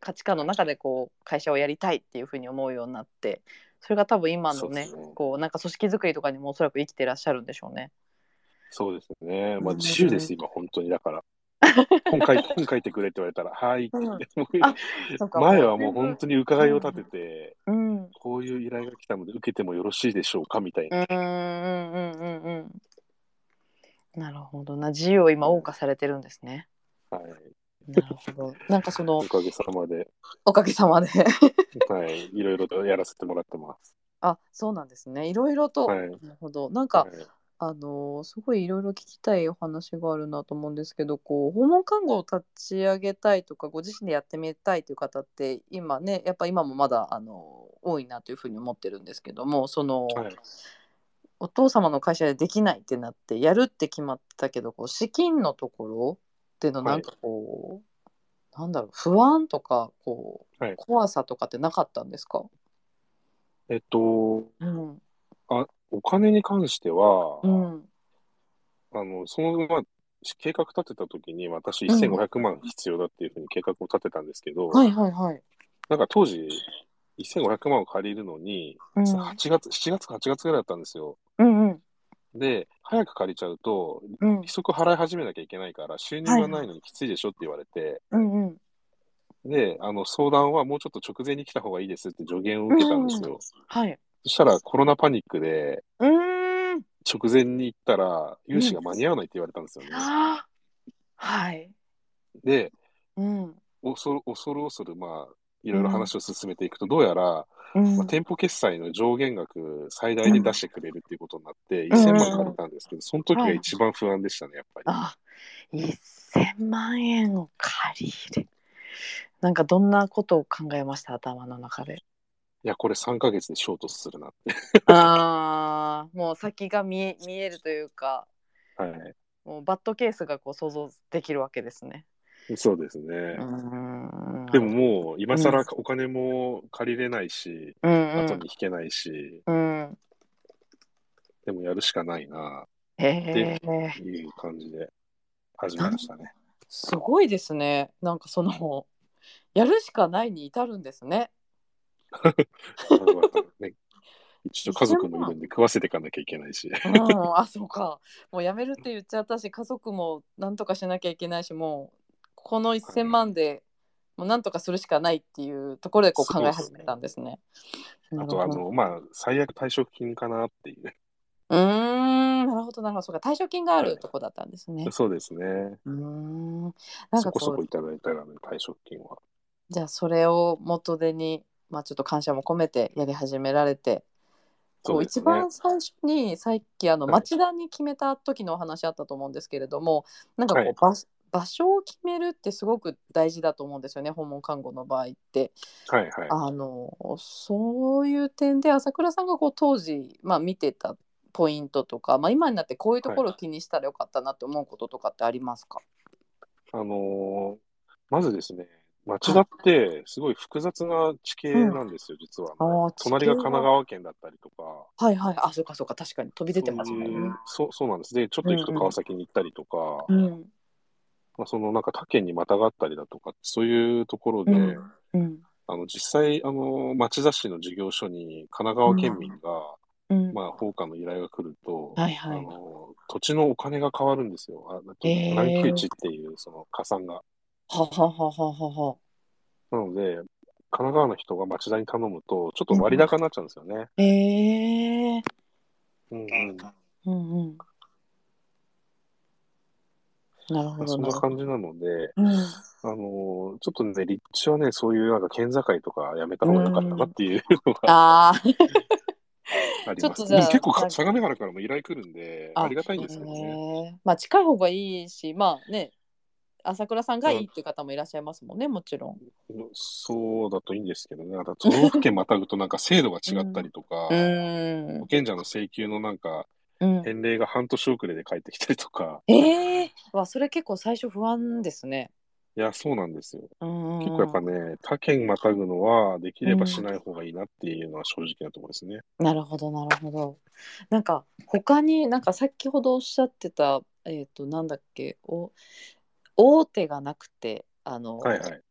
[SPEAKER 2] 価値観の中でこう会社をやりたいっていうふうに思うようになってそれが多分今のね
[SPEAKER 1] そうですね
[SPEAKER 2] こうなんか組織づくりとかにもおそらく生きてらっしゃるんでしょうね。
[SPEAKER 1] そうですね。まあ
[SPEAKER 2] うん
[SPEAKER 1] 自由です、今、本当に。だ から。本書いて、本書いてくれって言われたら、はいって言って。
[SPEAKER 2] あそうか
[SPEAKER 1] 前はもう本当に伺いを立てて、
[SPEAKER 2] うん
[SPEAKER 1] こういう依頼が来たので受けてもよろしいでしょうかみたいな。
[SPEAKER 2] うんうんうんうんうんなるほどな自由を今謳歌されてるんですね。
[SPEAKER 1] はい。
[SPEAKER 2] なるほど。 なんかそ
[SPEAKER 1] お
[SPEAKER 2] の
[SPEAKER 1] かげさまで、
[SPEAKER 2] おかげさまで
[SPEAKER 1] はい。いろいろとやらせてもらってます。
[SPEAKER 2] あそうなんですねいろいろと、
[SPEAKER 1] はい
[SPEAKER 2] なるほどなんか、
[SPEAKER 1] はい
[SPEAKER 2] あのすごいいろいろ聞きたいお話があるなと思うんですけどこう訪問看護を立ち上げたいとかご自身でやってみたいという方って今ねやっぱ今もまだあの多いなというふうに思ってるんですけどもその、
[SPEAKER 1] はい
[SPEAKER 2] お父様の会社でできないってなってやるって決まってたけどこう資金のところっていうの
[SPEAKER 1] はい
[SPEAKER 2] なんかこう、なんだろう不安とかこう、
[SPEAKER 1] はい
[SPEAKER 2] 怖さとかってなかったんですか、
[SPEAKER 1] えっと、
[SPEAKER 2] うん
[SPEAKER 1] お金に関しては、
[SPEAKER 2] うん、
[SPEAKER 1] あの、その、まあ、計画立てた時に私1500万必要だっていうふうに計画を立てたんですけど、
[SPEAKER 2] はいはいはい。
[SPEAKER 1] なんか当時1500万を借りるのに、
[SPEAKER 2] うん
[SPEAKER 1] 8月、7月か8月ぐらいだったんですよ。
[SPEAKER 2] うんうん
[SPEAKER 1] で、早く借りちゃうと、
[SPEAKER 2] うん
[SPEAKER 1] 利息払い始めなきゃいけないから、収入がないのにきついでしょって言われて、
[SPEAKER 2] うんうん
[SPEAKER 1] で、あの、相談はもうちょっと直前に来た方がいいですって助言を受けたんですよ。
[SPEAKER 2] はい。
[SPEAKER 1] そしたらコロナパニックで、
[SPEAKER 2] うーん。
[SPEAKER 1] 直前に行ったら、融資が間に合わないって言われたんですよね。
[SPEAKER 2] あはい。
[SPEAKER 1] で、
[SPEAKER 2] うん。
[SPEAKER 1] 恐る恐る恐る、まあ、いろいろ話を進めていくと、どうやら、
[SPEAKER 2] うん
[SPEAKER 1] まあ、店舗決済の上限額最大で出してくれるっていうことになって、
[SPEAKER 2] ん
[SPEAKER 1] 1000万借りたんですけど、その時
[SPEAKER 2] は
[SPEAKER 1] が
[SPEAKER 2] い
[SPEAKER 1] 一番不安でしたね、やっぱり。
[SPEAKER 2] あ、一千万円を借りる。なんかどんなことを考えました頭の中で。
[SPEAKER 1] いや、これ3ヶ月でショートするなって。
[SPEAKER 2] ああ、もう先が見え見えるというか、
[SPEAKER 1] はい。
[SPEAKER 2] もうバッドケースがこう想像できるわけですね。
[SPEAKER 1] そうです
[SPEAKER 2] う
[SPEAKER 1] ね。
[SPEAKER 2] ーん。
[SPEAKER 1] でも、もう、今更お金も借りれないし、
[SPEAKER 2] うんう
[SPEAKER 1] 後
[SPEAKER 2] ん
[SPEAKER 1] に引けないし、
[SPEAKER 2] うん。
[SPEAKER 1] でもやるしかないな、
[SPEAKER 2] へえー。
[SPEAKER 1] という感じで始めました ね。
[SPEAKER 2] すごいですね。なんかそのやるしかないに至るんです ね。
[SPEAKER 1] まあまあね一応家族もいるんで食わせていかなきゃいけないし。
[SPEAKER 2] うん、あそうか。もうやめるって言っちゃったし、家族もなんとかしなきゃいけないし、もうこの1000万でもうなんとかするしかないっていうところでこう
[SPEAKER 1] そ
[SPEAKER 2] 考
[SPEAKER 1] う
[SPEAKER 2] え
[SPEAKER 1] ですね
[SPEAKER 2] 始めたんですね。
[SPEAKER 1] あ
[SPEAKER 2] なるほど
[SPEAKER 1] と、あの、まあ、最悪退職金かなっていう。
[SPEAKER 2] うーん、なるほどなるほど。そうか、退職金があ
[SPEAKER 1] は
[SPEAKER 2] る
[SPEAKER 1] い
[SPEAKER 2] とこだったんですね。
[SPEAKER 1] そうですね。
[SPEAKER 2] うーん。なん
[SPEAKER 1] そ
[SPEAKER 2] か
[SPEAKER 1] こそ
[SPEAKER 2] こ
[SPEAKER 1] こ
[SPEAKER 2] う
[SPEAKER 1] いただいたらね、退職金は。
[SPEAKER 2] じゃあそれを元手に、まあ、ちょっと感謝も込めてやり始められてこ
[SPEAKER 1] そう
[SPEAKER 2] う
[SPEAKER 1] ですね
[SPEAKER 2] 一番最初にさっきあの
[SPEAKER 1] はい
[SPEAKER 2] 町田に決めた時のお話あったと思うんですけれども、なんかこ
[SPEAKER 1] はいう
[SPEAKER 2] 場場所を決めるってすごく大事だと思うんですよね訪問看護の場合って。
[SPEAKER 1] はいはい。
[SPEAKER 2] あのそういう点で朝倉さんがこう当時、まあ、見てたポイントとか、まあ、今になってこういうところを気にしたらよかったなって思うこととかってありますか、
[SPEAKER 1] あのーまずですね、町田ってすごい複雑な地形なんですよ、実は、
[SPEAKER 2] あー地形が
[SPEAKER 1] 隣が神奈川県だったりとか。
[SPEAKER 2] はいはいあそうかそうか確かに飛び出てますもんね。
[SPEAKER 1] そういうそうそうなんです。で、ちょっと行くと川崎に行ったりとか、
[SPEAKER 2] うん
[SPEAKER 1] まあ、そのなんか他県にまたがったりだとか、そういうところで、
[SPEAKER 2] うんうん
[SPEAKER 1] あの実際、あの町田市の事業所に神奈川県民が、
[SPEAKER 2] うん
[SPEAKER 1] まあ、放火の依頼が来ると、
[SPEAKER 2] はいはい
[SPEAKER 1] あの土地のお金が変わるんですよ。あなんか
[SPEAKER 2] へー
[SPEAKER 1] 南九地っていうその加算が。
[SPEAKER 2] はははははは。
[SPEAKER 1] なので、神奈川の人が町田に頼むと、ちょっと割高になっちゃうんですよね。
[SPEAKER 2] ええ
[SPEAKER 1] うんうん
[SPEAKER 2] うんうん。なるほど
[SPEAKER 1] そん
[SPEAKER 2] な
[SPEAKER 1] な
[SPEAKER 2] るほど。
[SPEAKER 1] 感じなので、
[SPEAKER 2] うん、
[SPEAKER 1] あのちょっとね、立地はね、そういうなんか県境とかやめた方が良かったな っていうのが
[SPEAKER 2] ああ、
[SPEAKER 1] あり
[SPEAKER 2] ちょっ
[SPEAKER 1] ま
[SPEAKER 2] と
[SPEAKER 1] す。
[SPEAKER 2] じゃ
[SPEAKER 1] で
[SPEAKER 2] あ
[SPEAKER 1] も結構
[SPEAKER 2] なん
[SPEAKER 1] か、
[SPEAKER 2] か
[SPEAKER 1] 相模原からも依頼来るんで、
[SPEAKER 2] あ
[SPEAKER 1] ありがたいんですけどね。
[SPEAKER 2] ね。まあ近い方がいいし、まあね、朝倉さんがいいっていう方もいらっしゃいますもんね、もちろん。
[SPEAKER 1] そうだといいんですけどね。あと、都道府県またぐとなんか制度が違ったりとか、
[SPEAKER 2] うん
[SPEAKER 1] 保。険者の請求のなんか、
[SPEAKER 2] うん、
[SPEAKER 1] 返礼が半年遅れで帰ってきたりとか、
[SPEAKER 2] ええわそれ結構最初不安ですね。
[SPEAKER 1] いや、そうなんですよ。
[SPEAKER 2] うん
[SPEAKER 1] 結構やっぱね、他県またぐのはできればしない方がいいなっていうのは正直なところですね。
[SPEAKER 2] なるほどなるほど。なんか他になんか先ほどおっしゃってたえっ、となんだっけお大手がなくてあの、
[SPEAKER 1] はいはい。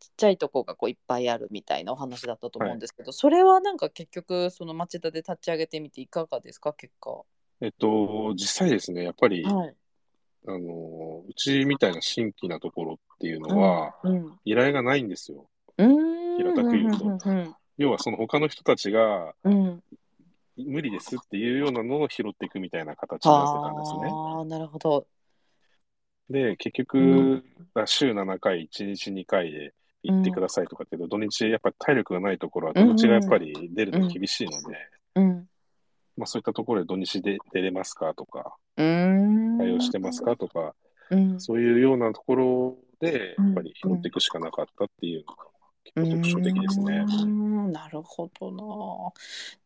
[SPEAKER 2] ちっちゃいとこがこういっぱいあるみたいなお話だったと思うんですけど、それはなんか結局その町田で立ち上げてみていかがですか結果。は
[SPEAKER 1] えっと、実際ですね、やっぱり、
[SPEAKER 2] い。
[SPEAKER 1] あの、うちみたいな新規なところっていうのは、
[SPEAKER 2] うん。う
[SPEAKER 1] 依頼がないんですよ。
[SPEAKER 2] ーん。
[SPEAKER 1] 平たく言うと
[SPEAKER 2] うん
[SPEAKER 1] 要はその他の人たちが、
[SPEAKER 2] うんうん。
[SPEAKER 1] 無理ですっていうようなのを拾っていくみたいな形になってたんですね。
[SPEAKER 2] ああなるほど。
[SPEAKER 1] で、結局、
[SPEAKER 2] うん
[SPEAKER 1] あ週7回、1日2回で行ってくださいとかっていうと、土日やっぱり体力がないところは土日がやっぱり出るの厳しいので、
[SPEAKER 2] うん。
[SPEAKER 1] まあそういったところで土日で出れますかとか、
[SPEAKER 2] うーん。
[SPEAKER 1] 対応してますかとか、
[SPEAKER 2] うん。
[SPEAKER 1] そういうようなところで、やっぱり拾っていくしかなかったっていうのが結構特徴的ですね。
[SPEAKER 2] うーんなるほどな。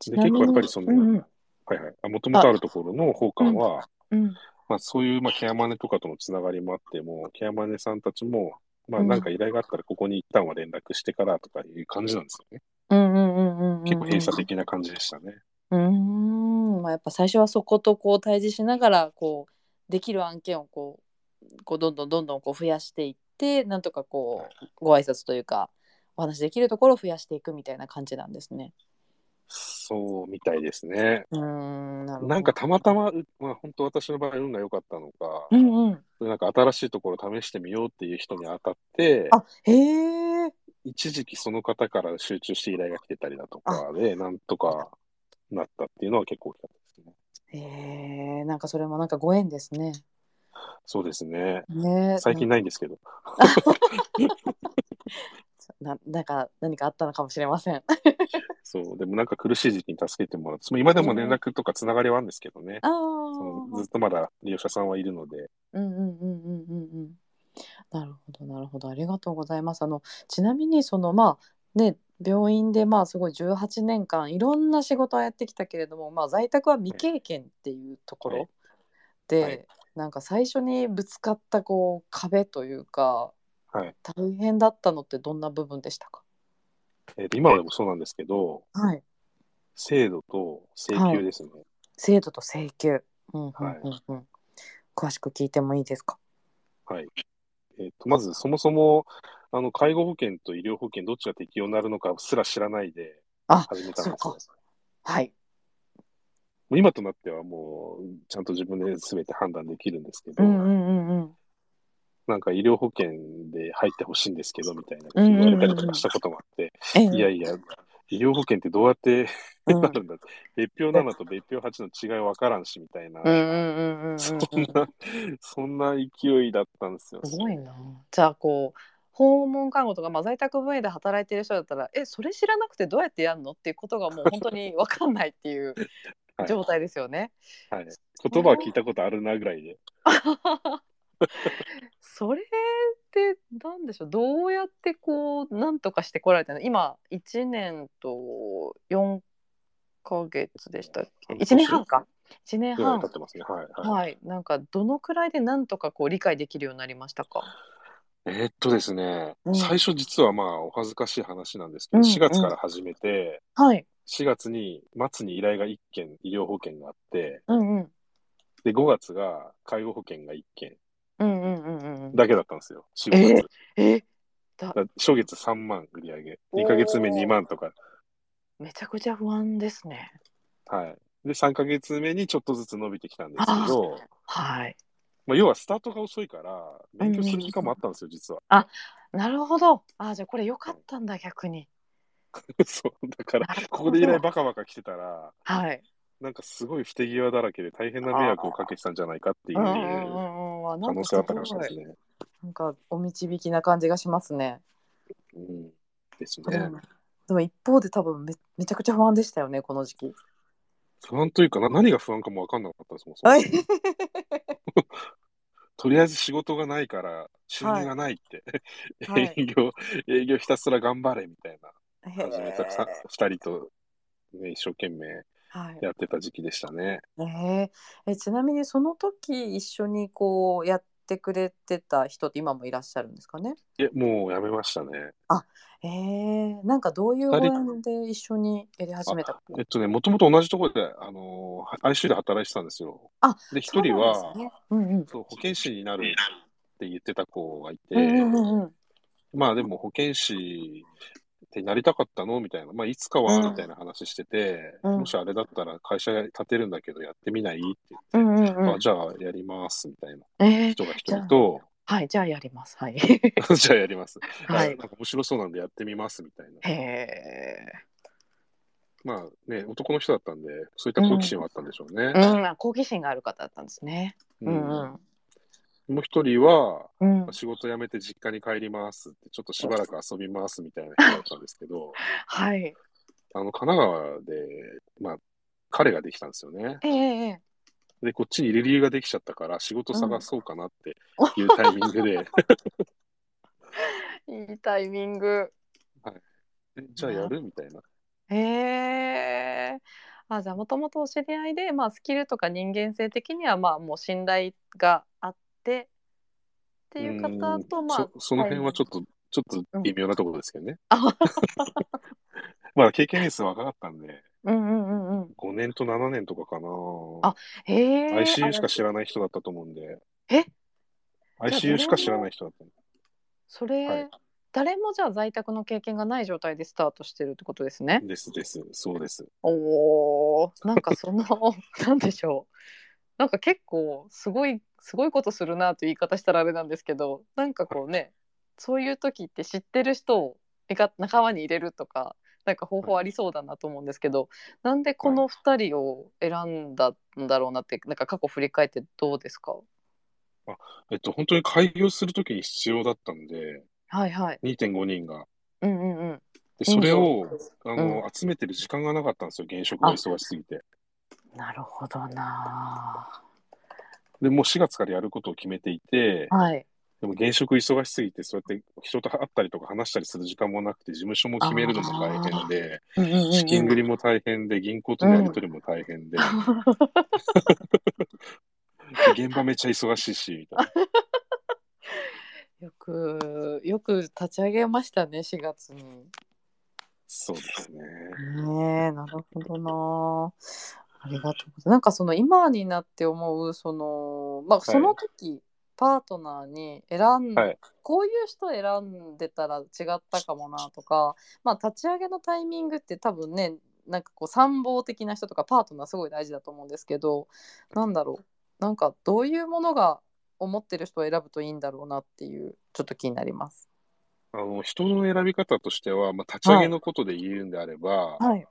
[SPEAKER 2] ち
[SPEAKER 1] で
[SPEAKER 2] なみに
[SPEAKER 1] 結構やっぱりその
[SPEAKER 2] うんうん
[SPEAKER 1] はいはい。もともとあるところの奉還は、
[SPEAKER 2] うん
[SPEAKER 1] まあそういう、まあ、ケアマネとかとのつながりもあっても、ケアマネさんたちも、まあなんか依頼があったらここに一旦は連絡してからとかいう感じなんですよね。
[SPEAKER 2] うんうんうんうんうん、
[SPEAKER 1] 結構閉鎖的な感じでしたね。
[SPEAKER 2] うーん、まあ、やっぱ最初はそことこう対峙しながらこうできる案件をこうこうどんどんどんどんこう増やしていってなんとかこうご挨拶というかお話できるところを増やしていくみたいな感じなんですね。
[SPEAKER 1] そうみたいですね。
[SPEAKER 2] うーんなるほど
[SPEAKER 1] なんかたまたま、うまあ本当私の場合運が良かったのか
[SPEAKER 2] う、んうん、
[SPEAKER 1] なんか新しいところ試してみようっていう人に当たって、
[SPEAKER 2] あへえ
[SPEAKER 1] 一時期その方から集中して依頼が来てたりだとかで、なんとかなったっていうのは結構大きかったですね。
[SPEAKER 2] へえなんかそれもなんかご縁ですね。
[SPEAKER 1] そうですね。
[SPEAKER 2] ねえ
[SPEAKER 1] 最近ないんですけど。
[SPEAKER 2] ななんか何かあったのかもしれません。
[SPEAKER 1] そう、でもなんか苦しい時期に助けてもらって、その今でも連絡とかつながりはあるんですけどね。
[SPEAKER 2] あ
[SPEAKER 1] その
[SPEAKER 2] あ
[SPEAKER 1] ずっとまだ利用者さんはいるので。
[SPEAKER 2] うんうんうんうんうんうん。なるほどなるほどありがとうございます。あのちなみにそのまあね病院でまあすごい18年間いろんな仕事はやってきたけれども、まあ、在宅は未経験っていうところ、
[SPEAKER 1] はい
[SPEAKER 2] で、
[SPEAKER 1] はい
[SPEAKER 2] なんか最初にぶつかったこう壁というか、
[SPEAKER 1] はい
[SPEAKER 2] 大変だったのってどんな部分でしたか
[SPEAKER 1] えーと今でもそうなんですけど、
[SPEAKER 2] はい
[SPEAKER 1] 制度と請求ですね。
[SPEAKER 2] 制度と請求、うんうん
[SPEAKER 1] はい
[SPEAKER 2] うんうん詳しく聞いてもいいですか
[SPEAKER 1] はい。えーとまず、そもそも、あの、介護保険と医療保険、どっちが適用になるのかすら知らないで
[SPEAKER 2] あ
[SPEAKER 1] 始めたんです
[SPEAKER 2] そう
[SPEAKER 1] よ
[SPEAKER 2] か。はい
[SPEAKER 1] もう今となってはもう、ちゃんと自分で全て判断できるんですけど、
[SPEAKER 2] うんうんうんうん
[SPEAKER 1] なんか医療保険で入ってほしいんですけど、みたいなこと言われたりとかしたこともあって、
[SPEAKER 2] ええ
[SPEAKER 1] いやいや、医療保険ってどうやって
[SPEAKER 2] うん
[SPEAKER 1] なるんだ、別表7と別表8の違い分からんし、みたいな、
[SPEAKER 2] うんうんうんうんうんうん
[SPEAKER 1] そんな、そんな勢いだったんですよ。
[SPEAKER 2] すごいな。じゃあこう訪問看護とか、まあ、在宅分野で働いてる人だったらえそれ知らなくてどうやってやるのっていうことがもう本当に分かんないっていう
[SPEAKER 1] はい
[SPEAKER 2] 状態です よね。
[SPEAKER 1] はい、言葉は聞いたことあるなぐらいで。
[SPEAKER 2] それってなんでしょうどうやってこうなんとかしてこられたの今1年と4ヶ月でしたっけ1年半か1年
[SPEAKER 1] ぐらい
[SPEAKER 2] 半
[SPEAKER 1] 経ってますね。はい、はい。
[SPEAKER 2] はいなんかどのくらいでなんとかこう理解できるようになりましたか
[SPEAKER 1] えーっとですね、
[SPEAKER 2] うん
[SPEAKER 1] 最初実はまあお恥ずかしい話なんですけど、
[SPEAKER 2] うん
[SPEAKER 1] 4月から始めて、
[SPEAKER 2] はい
[SPEAKER 1] 4月に末に依頼が1件医療保険があって、
[SPEAKER 2] うんうん
[SPEAKER 1] で、5月が介護保険が1件
[SPEAKER 2] うんうんうんうんうん
[SPEAKER 1] だけだったんですよ、4、5
[SPEAKER 2] えー
[SPEAKER 1] 月。
[SPEAKER 2] え
[SPEAKER 1] だから初月3万売り上げ、
[SPEAKER 2] おー
[SPEAKER 1] 2ヶ月目2万とか、
[SPEAKER 2] めちゃくちゃ不安ですね。
[SPEAKER 1] はい。で、3ヶ月目にちょっとずつ伸びてきたんですけど、
[SPEAKER 2] はい。
[SPEAKER 1] まあ、要はスタートが遅いから、勉強する時間もあったんですよ、実は。
[SPEAKER 2] なるほど。あじゃあこれ良かったんだ逆に。
[SPEAKER 1] そう、だから
[SPEAKER 2] なる、ほど
[SPEAKER 1] ここで依頼バカバカ来てたら、
[SPEAKER 2] はい。
[SPEAKER 1] なんかすごい不手際だらけで大変な迷惑をかけてたんじゃないかっていう
[SPEAKER 2] うんうんう
[SPEAKER 1] 可
[SPEAKER 2] んうんわ。なん
[SPEAKER 1] 能性
[SPEAKER 2] かす
[SPEAKER 1] はあったかもしれ
[SPEAKER 2] ご
[SPEAKER 1] ない
[SPEAKER 2] い。
[SPEAKER 1] ですね。
[SPEAKER 2] なんかお導きな感じがしますね。
[SPEAKER 1] うん、です
[SPEAKER 2] で
[SPEAKER 1] ね
[SPEAKER 2] も。でも一方で多分めめちゃくちゃ不安でしたよねこの時期。
[SPEAKER 1] 不安というかな、何が不安かも分かんなかったですもん、
[SPEAKER 2] はい。
[SPEAKER 1] とりあえず仕事がないから収入がないって、
[SPEAKER 2] はい
[SPEAKER 1] 営業、営業ひたすら頑張れみたいな
[SPEAKER 2] へ
[SPEAKER 1] 感じで、たくさん
[SPEAKER 2] ー
[SPEAKER 1] 2人と、ね、一生懸命
[SPEAKER 2] はい。
[SPEAKER 1] やってた時期でしたね。
[SPEAKER 2] ねええちなみにその時一緒にこうやってくれてた人って今もいらっしゃるんですかね
[SPEAKER 1] え、もうやめましたね。
[SPEAKER 2] えー、なんかどういうご
[SPEAKER 1] 二
[SPEAKER 2] 縁で一緒にやり始めたか
[SPEAKER 1] えっとね、もともと同じところで、あのー、ICU で働いてたんですよ。
[SPEAKER 2] あ
[SPEAKER 1] で、一
[SPEAKER 2] そう
[SPEAKER 1] 人
[SPEAKER 2] なんです
[SPEAKER 1] は、
[SPEAKER 2] ね。うんうん。
[SPEAKER 1] そう、保健師になるって言ってた子がいて、
[SPEAKER 2] うんうんうんうん。
[SPEAKER 1] まあでも保健師ってなりたかったのみたいな、まあいつかは
[SPEAKER 2] うん
[SPEAKER 1] みたいな話してて、
[SPEAKER 2] うん
[SPEAKER 1] もしあれだったら会社立てるんだけどやってみないって
[SPEAKER 2] う
[SPEAKER 1] 言って、
[SPEAKER 2] んうんう
[SPEAKER 1] あ
[SPEAKER 2] ん。
[SPEAKER 1] じゃあやりますみたいな
[SPEAKER 2] えー、
[SPEAKER 1] 人が一
[SPEAKER 2] じゃ
[SPEAKER 1] 人
[SPEAKER 2] あ、
[SPEAKER 1] と、
[SPEAKER 2] はい、じゃあやります。はい。
[SPEAKER 1] じゃあやります。
[SPEAKER 2] は
[SPEAKER 1] あ
[SPEAKER 2] い。
[SPEAKER 1] なんか面白そうなんでやってみますみたいな。
[SPEAKER 2] へえ。
[SPEAKER 1] まあね、男の人だったんで、そういった好奇心はあったんでしょうね
[SPEAKER 2] う。ん、あ好奇心がある方だったんですね。う
[SPEAKER 1] うん
[SPEAKER 2] ん
[SPEAKER 1] もう一人は、
[SPEAKER 2] うん。うん、
[SPEAKER 1] 仕事辞めて実家に帰りますって、ちょっとしばらく遊びますみたいな人だったんですけど、
[SPEAKER 2] はい。
[SPEAKER 1] あの、神奈川で、まあ、彼ができたんですよね。
[SPEAKER 2] ええええ
[SPEAKER 1] で、こっちに入れ理由ができちゃったから、仕事探そうかなっていうタイミングで、
[SPEAKER 2] いいタイミング。
[SPEAKER 1] え じゃあやるみたいな。
[SPEAKER 2] へえ。あ、じゃあもともとお知り合いで、まあ、スキルとか人間性的には、まあ、もう信頼があって。っていう方と、
[SPEAKER 1] うん
[SPEAKER 2] まあ
[SPEAKER 1] そ、その辺はちょっと、ちょっと微妙なところですけどね。 まあ、経験年数若かったんで、
[SPEAKER 2] うんうんうんうん。
[SPEAKER 1] 5年と7年とかかな。
[SPEAKER 2] あへえ。
[SPEAKER 1] ICU しか
[SPEAKER 2] ら
[SPEAKER 1] 知らない人だったと思うんで、
[SPEAKER 2] え、じゃあ
[SPEAKER 1] ICU しか知らない人だったんで。
[SPEAKER 2] それ、
[SPEAKER 1] はい
[SPEAKER 2] 誰もじゃあ在宅の経験がない状態でスタートしてるってことですね。
[SPEAKER 1] ですです、そうです。
[SPEAKER 2] おお、なんかその なんでしょう。なんか結構すごいすごいことするなという言い方したらあれなんですけど、なんかこうね、そういう時って知ってる人を味方仲間に入れるとか、なんか方法ありそうだなと思うんですけど、なんでこの二人を選んだんだろうなってなんか過去振り返ってどうですか。
[SPEAKER 1] えっと、本当に開業するときに必要だったんで、
[SPEAKER 2] はいはい。
[SPEAKER 1] 2.5人が。
[SPEAKER 2] うんうんうん。
[SPEAKER 1] で、
[SPEAKER 2] 人
[SPEAKER 1] そ
[SPEAKER 2] 数
[SPEAKER 1] れを、あ
[SPEAKER 2] うん
[SPEAKER 1] の、集めてる時間がなかったんですよ、現職が忙しすぎて。
[SPEAKER 2] なるほどな
[SPEAKER 1] で、もう4月からやることを決めていて
[SPEAKER 2] ー。、はい。
[SPEAKER 1] でも現職忙しすぎて、そうやって人と会ったりとか話したりする時間もなくて、事務所も決めるのも大変で、
[SPEAKER 2] うんうんうんうん
[SPEAKER 1] 資金繰りも大変で、銀行とのやり取りも大変で、 現場めっちゃ忙しいし、みたいな。
[SPEAKER 2] よくよく立ち上げましたね4月に。ね
[SPEAKER 1] そうですね。
[SPEAKER 2] えなるほどなありがとうございます。なんかその今になって思うそのまあその時、パートナーに選ん、
[SPEAKER 1] はい
[SPEAKER 2] こういう人選んでたら違ったかもなとかまあ立ち上げのタイミングって多分ねなんかこう参謀的な人とかパートナーすごい大事だと思うんですけどなんだろうなんかどういうものが思ってる人を選ぶといいんだろうなっていうちょっと気になります。
[SPEAKER 1] あの、人の選び方としては、まあ、立ち上げのことで言うんであれば、
[SPEAKER 2] はい、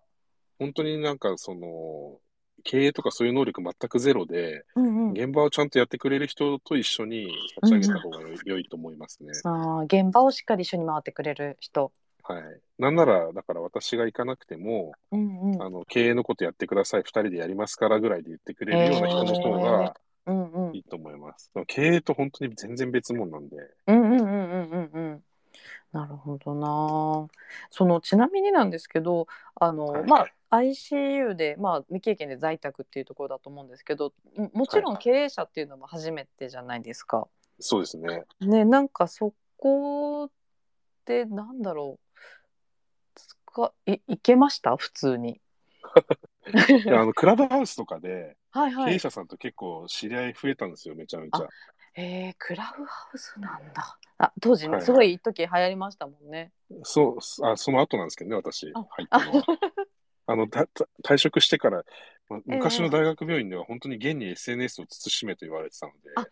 [SPEAKER 1] 本当になんかその、経営とかそういう能力全くゼロで、
[SPEAKER 2] うんうん、
[SPEAKER 1] 現場をちゃんとやってくれる人と一緒に立ち上げた方がよい良いと思いますね。
[SPEAKER 2] ああ、現場をしっかり一緒に回ってくれる人。
[SPEAKER 1] はい。なんなら、だから私が行かなくても、
[SPEAKER 2] うんうん。
[SPEAKER 1] あの、経営のことやってください、二人でやりますからぐらいで言ってくれるような人の方が
[SPEAKER 2] うんうん。
[SPEAKER 1] いいと思います。経営と本当に全然別物なんで。
[SPEAKER 2] うんうんうんうんうんうん。なるほどな。そのちなみになんですけど、あの、
[SPEAKER 1] はい
[SPEAKER 2] まあ ICU でまあ未経験で在宅っていうところだと思うんですけど、ももちろん経営者っていうのも初めてじゃないですか。
[SPEAKER 1] そうですね。
[SPEAKER 2] ね、なんかそこってなんだろう。つかいいけました普通に。
[SPEAKER 1] であの、クラブハウスとかで、
[SPEAKER 2] はいは
[SPEAKER 1] 経営
[SPEAKER 2] い。
[SPEAKER 1] 者さんと結構知り合い増えたんですよ、めちゃめちゃ。
[SPEAKER 2] えー、クラブハウスなんだ。あ、当時
[SPEAKER 1] は
[SPEAKER 2] ね、
[SPEAKER 1] い
[SPEAKER 2] すごい一時流行りましたもんね。
[SPEAKER 1] そう、すあ、その後なんですけどね、私、
[SPEAKER 2] あ
[SPEAKER 1] 入った
[SPEAKER 2] あ
[SPEAKER 1] のは。あの、たた退職してから、ま昔の大学病院では本当に現に SNS を慎めと言われてたので、
[SPEAKER 2] あ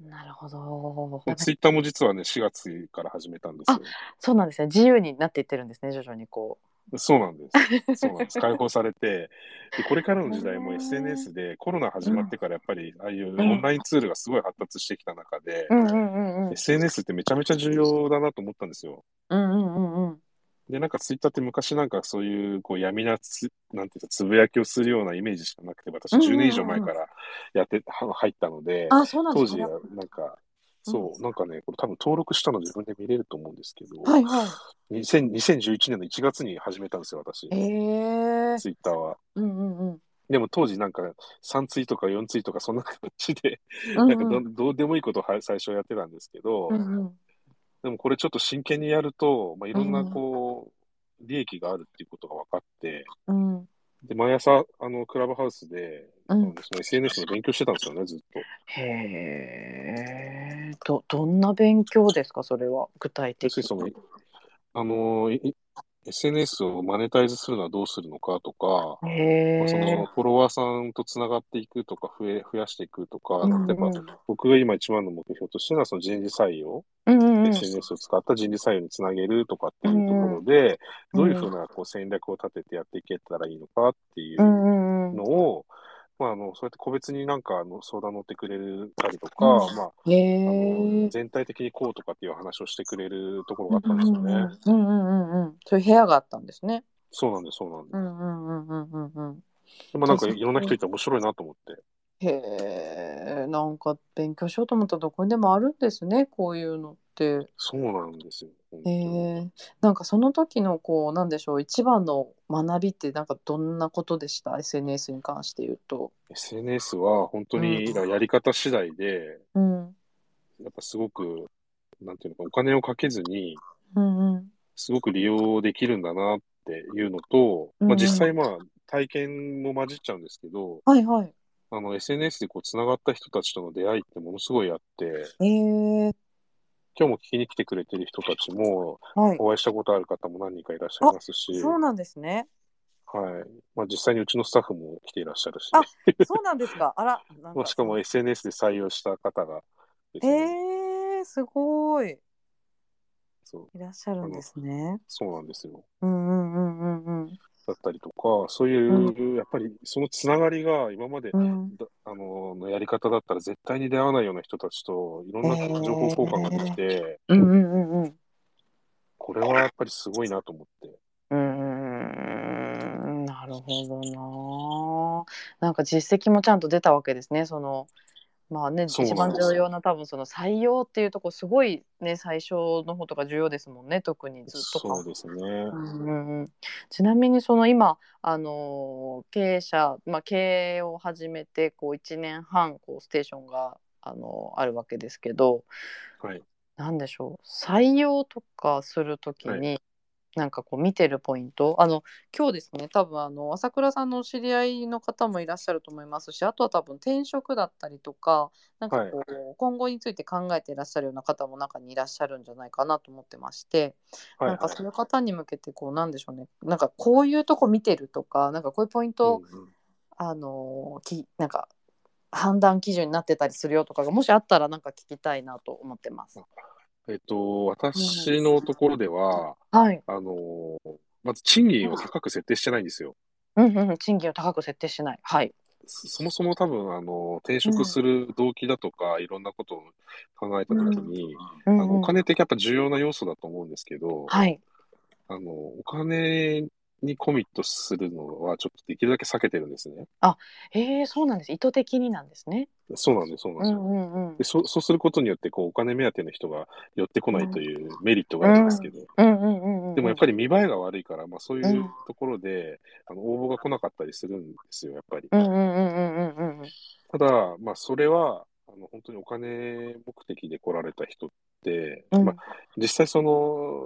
[SPEAKER 2] なるほど。
[SPEAKER 1] もうツイッターも実はね、4月から始めたんですよ。
[SPEAKER 2] そうなんですね。自由になっていってるんですね、徐々にこ
[SPEAKER 1] そうなん です。そうなんです。解放されて、でこれからの時代
[SPEAKER 2] へ
[SPEAKER 1] も
[SPEAKER 2] ー
[SPEAKER 1] SNS でコロナ始まってからやっぱりああいう
[SPEAKER 2] うん
[SPEAKER 1] オンラインツールがすごい発達してきた中で
[SPEAKER 2] う。、うんうんうんうん。
[SPEAKER 1] SNS ってめちゃめちゃ重要だなと思ったんですよ。
[SPEAKER 2] うんうんうんうん。
[SPEAKER 1] で、なんかツイッターって昔なんかそういうこう闇なつ、なんていうかつぶやきをするようなイメージしかなくて、私
[SPEAKER 2] うんうんうん
[SPEAKER 1] 10年以上前からやって、は入ったので、
[SPEAKER 2] あ、そうなんで
[SPEAKER 1] 当
[SPEAKER 2] す
[SPEAKER 1] 時
[SPEAKER 2] ね。
[SPEAKER 1] はなんか、そう、なんかね、これ多分登録したの自分で見れると思うんですけど、
[SPEAKER 2] はいはい。
[SPEAKER 1] 2000 2011年の1月に始めたんですよ、私、
[SPEAKER 2] ええ
[SPEAKER 1] ツイッターは。
[SPEAKER 2] うんうんうん。
[SPEAKER 1] でも当時なんか3ツイとか4ツイとかそんな感じで、
[SPEAKER 2] うん
[SPEAKER 1] なんかどどうでもいいことをは最初やってたんですけど、
[SPEAKER 2] うんうん
[SPEAKER 1] でもこれちょっと真剣にやると、まあ、いろんな
[SPEAKER 2] うん
[SPEAKER 1] こう、利益があるっていうことが分かって、
[SPEAKER 2] うんうん。
[SPEAKER 1] で、毎朝、あの、クラブハウスで、
[SPEAKER 2] う
[SPEAKER 1] あ
[SPEAKER 2] ん
[SPEAKER 1] のその SNS の勉強してたんですよね、ずっと。
[SPEAKER 2] へえ。どどんな勉強ですかそれは具体
[SPEAKER 1] 要す
[SPEAKER 2] 的
[SPEAKER 1] るにその、あの、いい SNS をマネタイズするのはどうするのかとか、
[SPEAKER 2] に。
[SPEAKER 1] まあそ
[SPEAKER 2] へ
[SPEAKER 1] の
[SPEAKER 2] え。
[SPEAKER 1] フォロワーさんとつながっていくとか増え、増やしていくとか、例えば
[SPEAKER 2] うんうん
[SPEAKER 1] 僕が今一番の目標としてるのはその人事採用、
[SPEAKER 2] うんうんうん
[SPEAKER 1] SNS を使った人事採用につなげるとかっていうところで、
[SPEAKER 2] うん
[SPEAKER 1] どういうふうなこう戦略を立ててやっていけたらいいのかっていううん
[SPEAKER 2] うん
[SPEAKER 1] の
[SPEAKER 2] う
[SPEAKER 1] を、まあ、あのそうやって個別になんかあの相談乗ってくれたりとか、
[SPEAKER 2] うん
[SPEAKER 1] まあ、
[SPEAKER 2] ん。
[SPEAKER 1] あ
[SPEAKER 2] へ
[SPEAKER 1] の
[SPEAKER 2] え。
[SPEAKER 1] 全体的にこうとかっていう話をしてくれるところ
[SPEAKER 2] う
[SPEAKER 1] があっ
[SPEAKER 2] ん
[SPEAKER 1] たんですよね。
[SPEAKER 2] うんうんうん。そういう部屋があったんですね。
[SPEAKER 1] そうなんです、そうなんです。
[SPEAKER 2] うんうんうんうんうんうん。
[SPEAKER 1] でもなんか
[SPEAKER 2] 確かに
[SPEAKER 1] いろんな人いて面白いなと思って。
[SPEAKER 2] へえ、なんか勉強しようと思ったらどこにでもあるんですね、こういうのって。
[SPEAKER 1] そうなんですよ。本当
[SPEAKER 2] へ
[SPEAKER 1] に
[SPEAKER 2] え、なんかその時のこう、なんでしょう、一番の学びってなんかどんなことでした ?SNS に関して言うと。
[SPEAKER 1] SNS は本当に
[SPEAKER 2] うん
[SPEAKER 1] やり方次第で、
[SPEAKER 2] うん、うん
[SPEAKER 1] やっぱすごく、なんていうのか、お金をかけずに、
[SPEAKER 2] うん、
[SPEAKER 1] すごく利用できるんだなっていうのと、
[SPEAKER 2] うんう
[SPEAKER 1] まあ、
[SPEAKER 2] ん
[SPEAKER 1] 実際まあ体験も混じっちゃうんですけど、
[SPEAKER 2] はいはい。
[SPEAKER 1] あの SNS でこうつながった人たちとの出会いってものすごいあって、
[SPEAKER 2] へえ、
[SPEAKER 1] 今日も聞きに来てくれてる人たちも、
[SPEAKER 2] はい。
[SPEAKER 1] お会いしたことある方も何人かいらっしゃいますし、
[SPEAKER 2] そう
[SPEAKER 1] はい。
[SPEAKER 2] なんですね。
[SPEAKER 1] まあ実際にうちのスタッフも来ていらっしゃるし、
[SPEAKER 2] あそうなんですか。あら、なん
[SPEAKER 1] まあ、
[SPEAKER 2] か。
[SPEAKER 1] しかも SNS で採用した方がですね、
[SPEAKER 2] へえ、すごい。
[SPEAKER 1] そう、
[SPEAKER 2] いらっしゃるんですね。
[SPEAKER 1] そうなんですよ。
[SPEAKER 2] うんうんうんうんうん。
[SPEAKER 1] だったりとか、そういう、やっぱりそのつながりが今まで、
[SPEAKER 2] うん
[SPEAKER 1] だあののやり方だったら絶対に出会わないような人たちといろんな
[SPEAKER 2] へえ
[SPEAKER 1] 情報交換ができて、
[SPEAKER 2] うんうんうんうん。
[SPEAKER 1] これはやっぱりすごいなと思って。
[SPEAKER 2] うーんなるほどな。なんか実績もちゃんと出たわけですね。そのまあね
[SPEAKER 1] そう
[SPEAKER 2] 一
[SPEAKER 1] なん
[SPEAKER 2] 番
[SPEAKER 1] ですよ
[SPEAKER 2] 重要な多分その採用っていうとこすごいね最初の方とか重要ですもんね特にずっと
[SPEAKER 1] そうですね。
[SPEAKER 2] うんうんうんちなみにその今あのー経営者、まあ、経営を始めてこう1年半こうステーションが、あのーあるわけですけど
[SPEAKER 1] はい。
[SPEAKER 2] なんでしょう採用とかするときに、
[SPEAKER 1] は
[SPEAKER 2] なんかこう見てるポイントあの今日ですね多分あの朝倉さんのお知り合いの方もいらっしゃると思いますしあとは多分転職だったりとかなんかこう、今後について考えていらっしゃるような方も中にいらっしゃるんじゃないかなと思ってまして。
[SPEAKER 1] はい、
[SPEAKER 2] なんか
[SPEAKER 1] はい
[SPEAKER 2] そういう方に向けてこうなんでしょうねなんかこういうとこ見てるとかなんかこういうポイント、
[SPEAKER 1] うんうん
[SPEAKER 2] あのーきなんか判断基準になってたりするよとかがもしあったらなんか聞きたいなと思ってます。
[SPEAKER 1] えっと、私のところでは、
[SPEAKER 2] はい、
[SPEAKER 1] あの、まず賃金を高く設定してないんですよ。
[SPEAKER 2] うんうんうん、賃金を高く設定しない。はい。
[SPEAKER 1] そそもそも多分、あの、転職する動機だとか、いろんなことを考えたときに、
[SPEAKER 2] うん
[SPEAKER 1] あ
[SPEAKER 2] う
[SPEAKER 1] の、
[SPEAKER 2] ん
[SPEAKER 1] お金ってやっぱ重要な要素だと思うんですけど、
[SPEAKER 2] はい。
[SPEAKER 1] あの、お金にコミットするのはちょっとできるだけ避けてるんですね。
[SPEAKER 2] えー、そうなんです。意図的になんですね。
[SPEAKER 1] そうなんです、そうなんです。
[SPEAKER 2] うんうんうん。
[SPEAKER 1] でそそうすることによってこうお金目当ての人が寄ってこないというメリットがあるんですけど、
[SPEAKER 2] うんうんうんうん。
[SPEAKER 1] でもやっぱり見栄えが悪いから、まあ、そういうんうところで、あの応募が来なかったりするんですよ、やっぱり。
[SPEAKER 2] うんうんうんうんうんうん。
[SPEAKER 1] ただ、まあ、それはあの本当にお金目的で来られた人って、
[SPEAKER 2] うん
[SPEAKER 1] まあ、実際その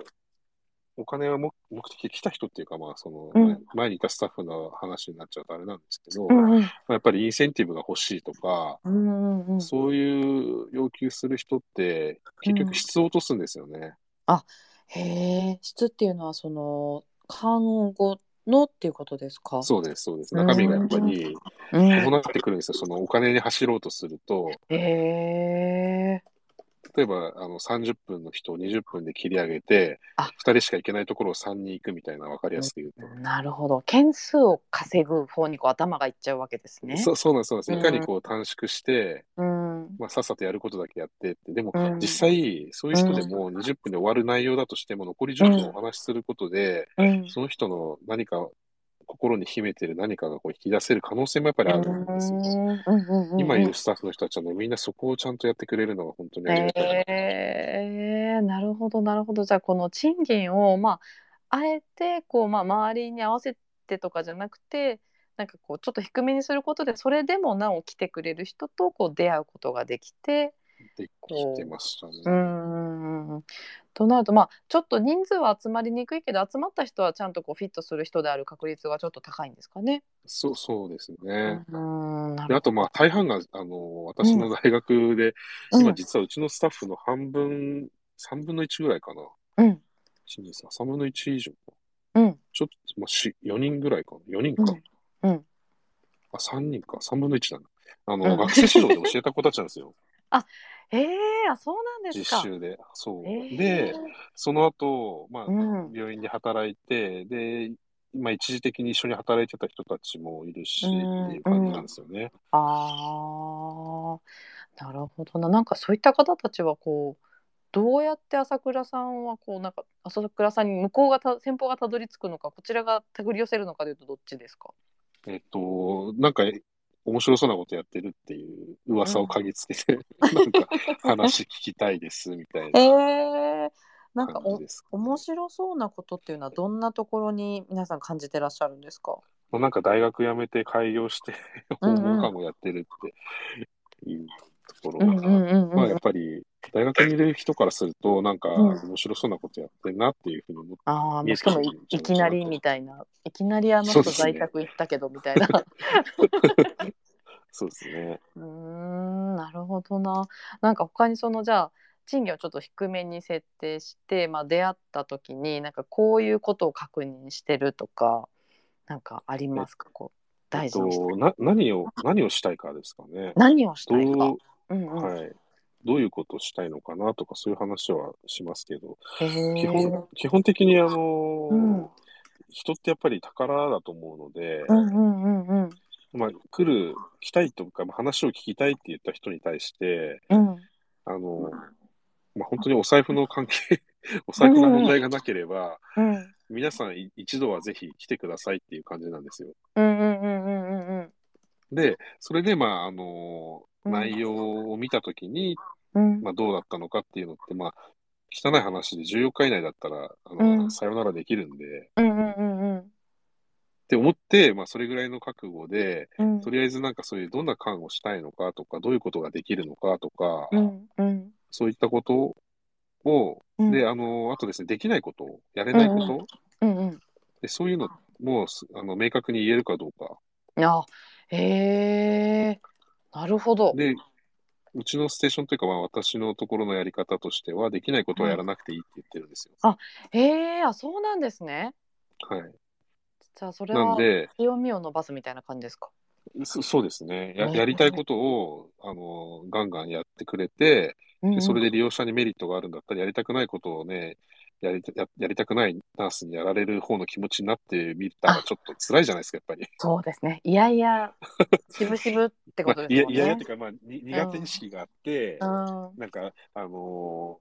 [SPEAKER 1] お金は目目的で来た人っていうか、まあその
[SPEAKER 2] うん
[SPEAKER 1] 前にいたスタッフの話になっちゃうとあれなんですけど、
[SPEAKER 2] う
[SPEAKER 1] ま
[SPEAKER 2] んうん
[SPEAKER 1] あ、やっぱりインセンティブが欲しいとか、
[SPEAKER 2] うんうんうん。
[SPEAKER 1] そういう要求する人って、結
[SPEAKER 2] うん
[SPEAKER 1] 局質を落とすんですよね。
[SPEAKER 2] へえ、質っていうのはその看護のっていうことですか。
[SPEAKER 1] そうです、そうです。
[SPEAKER 2] うん
[SPEAKER 1] 中身がやっぱり
[SPEAKER 2] う
[SPEAKER 1] 伴
[SPEAKER 2] ん。
[SPEAKER 1] ってくるんですよ。そのお金に走ろうとすると、
[SPEAKER 2] へえ。
[SPEAKER 1] 例えばあの30分の人を20分で切り上げて
[SPEAKER 2] あ、
[SPEAKER 1] 2人しか行けないところを3人行くみたいな、わかりやすく言うと。
[SPEAKER 2] なるほど。件数を稼ぐ方にこう頭がいっちゃうわけですね。
[SPEAKER 1] そうそうなんです、そうなんです。
[SPEAKER 2] うん
[SPEAKER 1] いかにこう短縮して、
[SPEAKER 2] うん。うん
[SPEAKER 1] まあ、さっさとやることだけやってって、でも
[SPEAKER 2] うん
[SPEAKER 1] 実際、そういう人でも20分で終わる内容だとしても、残り10分お話しすることで、
[SPEAKER 2] うん
[SPEAKER 1] その人の何か心に秘めてる何かがこう引き出せる可能性もやっぱりあるんですよ。今
[SPEAKER 2] 今
[SPEAKER 1] いるスタッフの人たちはね、みんなそこをちゃんとやってくれるのが本当にありがたいな。
[SPEAKER 2] えー、なるほどなるほどじゃあこの賃金をまああえてこう、まあ、周りに合わせてとかじゃなくてなんかこうちょっと低めにすることでそれでもなお来てくれる人とこう出会うことができて
[SPEAKER 1] できてましたね。
[SPEAKER 2] うーんとなるとまあちょっと人数は集まりにくいけど集まった人はちゃんとこうフィットする人である確率がちょっと高いんですかね。
[SPEAKER 1] そうそうです
[SPEAKER 2] う
[SPEAKER 1] ね。
[SPEAKER 2] ーんな
[SPEAKER 1] で
[SPEAKER 2] る
[SPEAKER 1] あと、まあ、大半が、あの、私の大学で、
[SPEAKER 2] ほど
[SPEAKER 1] 今実はうちのスタッフの半分、3分の1ぐらいかな。
[SPEAKER 2] うん
[SPEAKER 1] 1、2、3、3分の1以上。
[SPEAKER 2] うん
[SPEAKER 1] ちょっと、まあ、し4人ぐらいかな。4人か。
[SPEAKER 2] うんうん
[SPEAKER 1] あ、3人か。3分の1なんだ。あの、
[SPEAKER 2] うん
[SPEAKER 1] 学生指導で教えた子たちなんですよ。
[SPEAKER 2] ええー、あそうなんです
[SPEAKER 1] 実
[SPEAKER 2] か。
[SPEAKER 1] 習で。そう。
[SPEAKER 2] えー
[SPEAKER 1] で、その後、まあ、
[SPEAKER 2] うん
[SPEAKER 1] 病院で働いて、で、まあ、一時的に一緒に働いてた人たちもいるし、
[SPEAKER 2] うん
[SPEAKER 1] っていう感じなんですよね。
[SPEAKER 2] ああ、なるほどな。なんかそういった方たちはこうどうやって朝倉さんはこうなんか朝倉さんに向こうがた先方がたどり着くのかこちらが手繰り寄せるのかというとどっちですか。
[SPEAKER 1] えっと、なんか、面白そうなことやってるっていう噂を嗅ぎつけ て、なんか、話聞きたいです、みたい
[SPEAKER 2] え
[SPEAKER 1] な
[SPEAKER 2] ー、なんか
[SPEAKER 1] 感
[SPEAKER 2] お
[SPEAKER 1] じですかね、
[SPEAKER 2] 面白そうなことっていうのはどんなところに皆さん感じてらっしゃるんですか。
[SPEAKER 1] もうなんか大学辞めて開業して、
[SPEAKER 2] うんう
[SPEAKER 1] 訪
[SPEAKER 2] ん
[SPEAKER 1] 問看護やってるっていうとこ
[SPEAKER 2] う
[SPEAKER 1] ろ
[SPEAKER 2] ん
[SPEAKER 1] が、
[SPEAKER 2] うんうん
[SPEAKER 1] まあ
[SPEAKER 2] う
[SPEAKER 1] や
[SPEAKER 2] ん
[SPEAKER 1] っ。ぱり大学にいる人からすると、なんか
[SPEAKER 2] うん
[SPEAKER 1] 面白そうなことやってるなっていうふうに思って、
[SPEAKER 2] ああ、もうしかもいいきなりみたいな、いきなりあの
[SPEAKER 1] そう
[SPEAKER 2] 人
[SPEAKER 1] ですね
[SPEAKER 2] 在宅行ったけど みたいな。
[SPEAKER 1] そうですね。
[SPEAKER 2] うーん、なるほどな。なんか他にそのじゃあ賃金をちょっと低めに設定して、まあ、出会った時になんかこういうことを確認してるとかなんかありますかこう
[SPEAKER 1] え
[SPEAKER 2] 大
[SPEAKER 1] っ
[SPEAKER 2] 事にして
[SPEAKER 1] と、な、何を、何をしたいかですかね。
[SPEAKER 2] 何をしたいか。
[SPEAKER 1] どう、
[SPEAKER 2] うんうん
[SPEAKER 1] はい。どういうことをしたいのかなとか、そういう話はしますけど、
[SPEAKER 2] へー
[SPEAKER 1] 基本、基本的にあのー
[SPEAKER 2] うん
[SPEAKER 1] 人ってやっぱり宝だと思うので、
[SPEAKER 2] うんうんうんうん
[SPEAKER 1] まあ、来る、来たいとか、まあ話を聞きたいって言った人に対して、
[SPEAKER 2] うん
[SPEAKER 1] あの、まあ、本当にお財布の関係、 お財布の問題がなければ、
[SPEAKER 2] うん
[SPEAKER 1] 皆さんい一度はぜひ来てくださいっていう感じなんですよ。
[SPEAKER 2] うんうんうんうんうん
[SPEAKER 1] で、それで、まあ、あの、
[SPEAKER 2] うん
[SPEAKER 1] 内容を見たときに、
[SPEAKER 2] うん
[SPEAKER 1] まあ、どうだったのかっていうのって、まあ、汚い話で14日以内だったら、あ
[SPEAKER 2] う
[SPEAKER 1] の、
[SPEAKER 2] ん
[SPEAKER 1] さよならできるんで、
[SPEAKER 2] うんうんうんうん
[SPEAKER 1] って思って、まあ、それぐらいの覚悟で、
[SPEAKER 2] うん
[SPEAKER 1] とりあえずなんかそういうどんな看護したいのかとか、どういうことができるのかとか、
[SPEAKER 2] うんうん
[SPEAKER 1] そういったことを、
[SPEAKER 2] うん
[SPEAKER 1] で、あの、あとですね、できないこと、やれないこと、
[SPEAKER 2] うんうん
[SPEAKER 1] でそういうのもすあの明確に言えるかどうか。
[SPEAKER 2] あ、へえ、なるほど。
[SPEAKER 1] で、うちのステーションというか、まあ、私のところのやり方としては、できないことはやらなくていいって言ってるんですよ。
[SPEAKER 2] へえ、あ、そうなんですね。
[SPEAKER 1] はい。
[SPEAKER 2] じゃあそれ
[SPEAKER 1] なん
[SPEAKER 2] は
[SPEAKER 1] で、
[SPEAKER 2] 強みを伸ばすみたいな感じですか。
[SPEAKER 1] そそうですねや。
[SPEAKER 2] うん
[SPEAKER 1] やりたいことを、あの、ガンガンやってくれて、
[SPEAKER 2] うんう
[SPEAKER 1] で
[SPEAKER 2] ん
[SPEAKER 1] それで利用者にメリットがあるんだったら、やりたくないことをね、やりたややりたくないナースにやられる方の気持ちになってみたら、ちょっと辛いじゃないですか、やっぱり。
[SPEAKER 2] そうですね。いやいや、しぶしぶってこ
[SPEAKER 1] ま
[SPEAKER 2] と
[SPEAKER 1] あ、
[SPEAKER 2] で
[SPEAKER 1] いや
[SPEAKER 2] すもん
[SPEAKER 1] いやいやっ
[SPEAKER 2] ね
[SPEAKER 1] てい。うか、まあ、に苦手意識があって、
[SPEAKER 2] うん、
[SPEAKER 1] なんか、あのー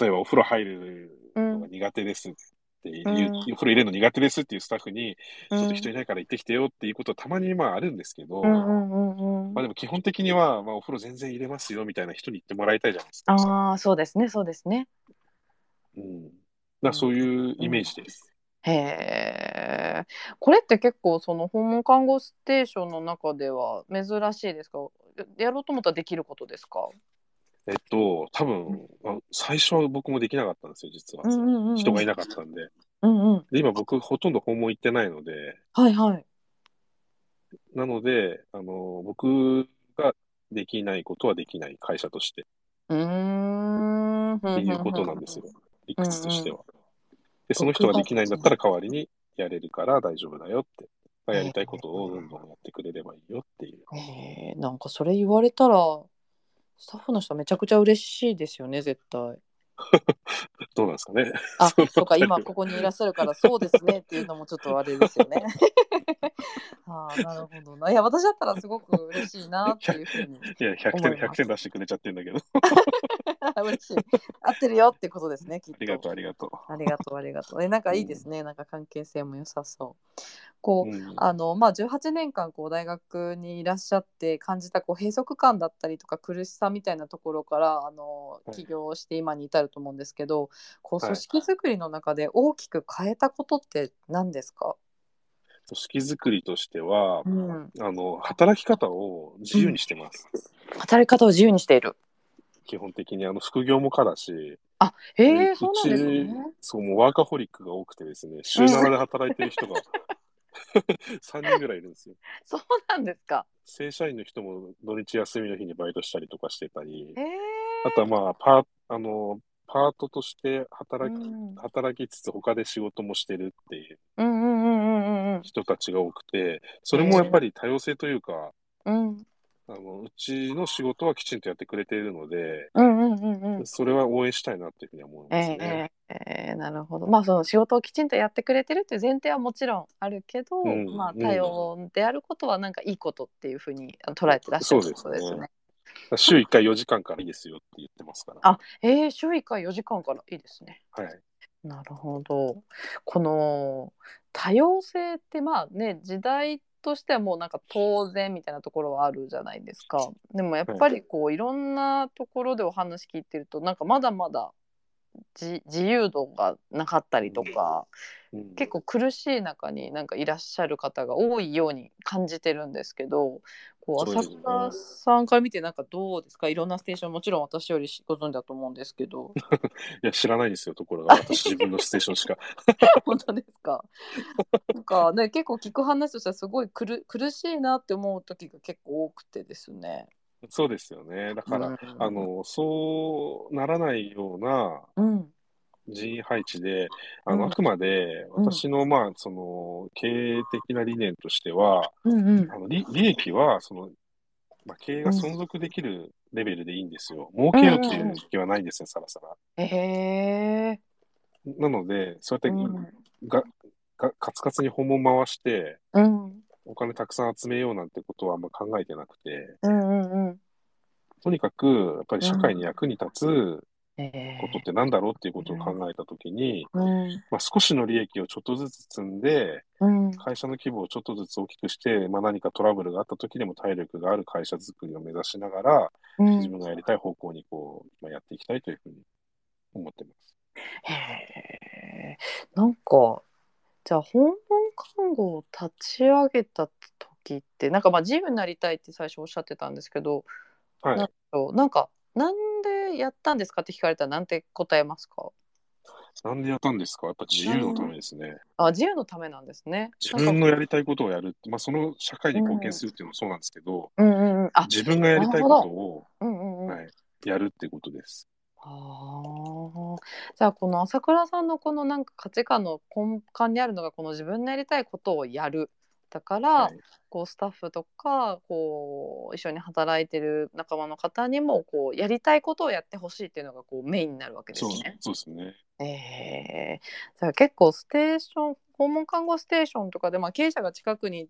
[SPEAKER 1] 例えばお風呂入るのが苦手ですっていう、
[SPEAKER 2] うん
[SPEAKER 1] お風呂入れるの苦手ですっていうスタッフに、
[SPEAKER 2] うん
[SPEAKER 1] ちょっと人いないから行ってきてよっていうことはたまにまああるんですけど、
[SPEAKER 2] うんうんうんう
[SPEAKER 1] まあ
[SPEAKER 2] ん。
[SPEAKER 1] でも基本的には、まあお風呂全然入れますよみたいな人に言ってもらいたいじゃないですか。
[SPEAKER 2] ああ、そうですね、そうですね。
[SPEAKER 1] うん。だからそういうイメージです。
[SPEAKER 2] へえ。これって結構その訪問看護ステーションの中では珍しいですか。やろうと思ったらできることですか。
[SPEAKER 1] えっと、多分、あ最初は僕もできなかったんですよ、実は。人がい
[SPEAKER 2] な
[SPEAKER 1] なかったんで。
[SPEAKER 2] うんうん。
[SPEAKER 1] で、今僕ほとんど訪問行ってないので、
[SPEAKER 2] はいはい。
[SPEAKER 1] なので、あの、僕ができないことはできない会社として
[SPEAKER 2] うーん。っ
[SPEAKER 1] っていうことなんですよ。。理屈としては。で、その
[SPEAKER 2] 僕
[SPEAKER 1] 人
[SPEAKER 2] が
[SPEAKER 1] ができないんだったら代わりにやれるから大丈夫だよって。まあやりたいことをどんどんやってくれればいいよっていう。
[SPEAKER 2] えー、なんかそれ言われたらスタッフの人めちゃくちゃ嬉しいですよね絶対。
[SPEAKER 1] どうなんですかね。
[SPEAKER 2] あそうか今ここにいらっしゃるからそうですねっていうのもちょっとあれです よね。あーなるほどないや私だったらすごく嬉しいなっていうふうに
[SPEAKER 1] いや、100
[SPEAKER 2] 思
[SPEAKER 1] 点、
[SPEAKER 2] います
[SPEAKER 1] 100点出してくれちゃってるんだけど。
[SPEAKER 2] 嬉しい合ってるよってことですねきっ
[SPEAKER 1] ありがと
[SPEAKER 2] と
[SPEAKER 1] う、あ。りがとう。
[SPEAKER 2] ありがとうありがとう。えなんかいいですね、なんか関係性も良さそう。こう、
[SPEAKER 1] うん
[SPEAKER 2] あのまあ、18年間こう大学にいらっしゃって感じたこう閉塞感だったりとか苦しさみたいなところからあの
[SPEAKER 1] はい
[SPEAKER 2] 起業して今に至ると思うんですけど、こう
[SPEAKER 1] はい
[SPEAKER 2] 組織づくりの中で大きく変えたことって何ですか、
[SPEAKER 1] 組織づくりとしては、
[SPEAKER 2] うん、
[SPEAKER 1] あの、働き方を自由にしてます。
[SPEAKER 2] 働き方を自由にしている
[SPEAKER 1] 基本的に、あの、副業もかだし、
[SPEAKER 2] あへ
[SPEAKER 1] う
[SPEAKER 2] え
[SPEAKER 1] ち
[SPEAKER 2] そうなんですね。
[SPEAKER 1] そう、もうワーカホリックが多くてですね、週7で働いてる人が 3人ぐらいいるんですよ。
[SPEAKER 2] そうなんですか。
[SPEAKER 1] 正社員の人も土日休みの日にバイトしたりとかしてたり
[SPEAKER 2] へ、え
[SPEAKER 1] あとはまあ、パー、あの、パートとして働き、
[SPEAKER 2] うん
[SPEAKER 1] 働きつつ他で仕事もしてるっていう
[SPEAKER 2] うんうんうんうん
[SPEAKER 1] 人たちが多くて、それもやっぱり多様性というか、
[SPEAKER 2] うんうん
[SPEAKER 1] あの、うちの仕事はきちんとやってくれているので、
[SPEAKER 2] うんうんうんうん
[SPEAKER 1] それは応援したいなっていうふうには思い
[SPEAKER 2] え
[SPEAKER 1] ます
[SPEAKER 2] え
[SPEAKER 1] ね。
[SPEAKER 2] ええなるほどまあその仕事をきちんとやってくれてるっていう前提はもちろんあるけど、
[SPEAKER 1] うん
[SPEAKER 2] まあ
[SPEAKER 1] うん
[SPEAKER 2] 多様であることはなんかいいことっていうふうにあの捉えてらっしゃるってことです
[SPEAKER 1] そうです
[SPEAKER 2] ね
[SPEAKER 1] ね。週1回4時間からいいですよって言ってますから。
[SPEAKER 2] あええ週1回4時間からいいですね。
[SPEAKER 1] はい。
[SPEAKER 2] なるほど。この多様性ってまあね時代としてはもうなんか当然みたいなところはあるじゃないですか。でもやっぱりこういろんなところでお話聞いてるとなんかまだまだじ自由度がなかったりとか
[SPEAKER 1] うん
[SPEAKER 2] 結構苦しい中になんかいらっしゃる方が多いように感じてるんですけどこ
[SPEAKER 1] そ
[SPEAKER 2] う
[SPEAKER 1] うで
[SPEAKER 2] 浅
[SPEAKER 1] すね
[SPEAKER 2] 倉さんから見てなんかどうですかいろんなステーションもちろん私よりご存知だと思うんですけど
[SPEAKER 1] いや、知らないんですよ、ところが。私、自分のステーション しか。
[SPEAKER 2] 本当ですかなんかね結構聞く話としてはすごい苦苦しいなって思う時が結構多くてですね。
[SPEAKER 1] そうですよね。だから、
[SPEAKER 2] うん
[SPEAKER 1] あの、そうならないような
[SPEAKER 2] うん
[SPEAKER 1] 人員配置で、あの、
[SPEAKER 2] うん
[SPEAKER 1] あくまで、
[SPEAKER 2] ん
[SPEAKER 1] 私の、まあ、その、経営的な理念としては、
[SPEAKER 2] うんうん
[SPEAKER 1] あの利利益は、その、まあ、経営が存続できるレベルでいいんですよ。儲けようっていう気はないんですね、さらさら。
[SPEAKER 2] へえ
[SPEAKER 1] なので、そう
[SPEAKER 2] う
[SPEAKER 1] やって
[SPEAKER 2] ん
[SPEAKER 1] が、が、カツカツに訪問回して、
[SPEAKER 2] うん
[SPEAKER 1] お金たくさん集めようなんてことはあんま考えてなくて、
[SPEAKER 2] うんうんうん
[SPEAKER 1] とにかく、やっぱり社会に役に立つ
[SPEAKER 2] へ
[SPEAKER 1] ことってなんだろうっていうことを考えたときに、
[SPEAKER 2] ー
[SPEAKER 1] まあ、少しの利益をちょっとずつ積んで、
[SPEAKER 2] うんうん
[SPEAKER 1] 会社の規模をちょっとずつ大きくして、まあ、何かトラブルがあった時でも体力がある会社づくりを目指しながら、
[SPEAKER 2] うん
[SPEAKER 1] 自分がやりたい方向にこう、まあ、やっていきたいというふうに思ってます。
[SPEAKER 2] へえなんかじゃあ訪問看護を立ち上げた時ってなんかまあ自由になりたいって最初おっしゃってたんですけど
[SPEAKER 1] はい。
[SPEAKER 2] なんそうなんかなんでやったんですかって聞かれたらなんて答えますか
[SPEAKER 1] なんでやったんですかやっぱ自由のためですね。
[SPEAKER 2] あ自由のためなんですね。
[SPEAKER 1] 自分の
[SPEAKER 2] なんか
[SPEAKER 1] やりたいことをやるって、まあ、その社会に貢献するっていうのもそうなんですけど、
[SPEAKER 2] うんうんうんあ
[SPEAKER 1] 自分がやりたいことを、
[SPEAKER 2] うんうんうん、
[SPEAKER 1] はい、やるってことです。
[SPEAKER 2] あーじゃあこの朝倉さんのこのなんか価値観の根幹にあるのがこの自分のやりたいことをやるだから、
[SPEAKER 1] はい
[SPEAKER 2] こうスタッフとかこう一緒に働いてる仲間の方にもこうやりたいことをやってほしいっていうのがこうメインになるわけで
[SPEAKER 1] そ
[SPEAKER 2] す
[SPEAKER 1] う
[SPEAKER 2] ね。
[SPEAKER 1] そうですね。
[SPEAKER 2] えー、じゃあ結構ステーション訪問看護ステーションとかで、まあ、経営者が近くに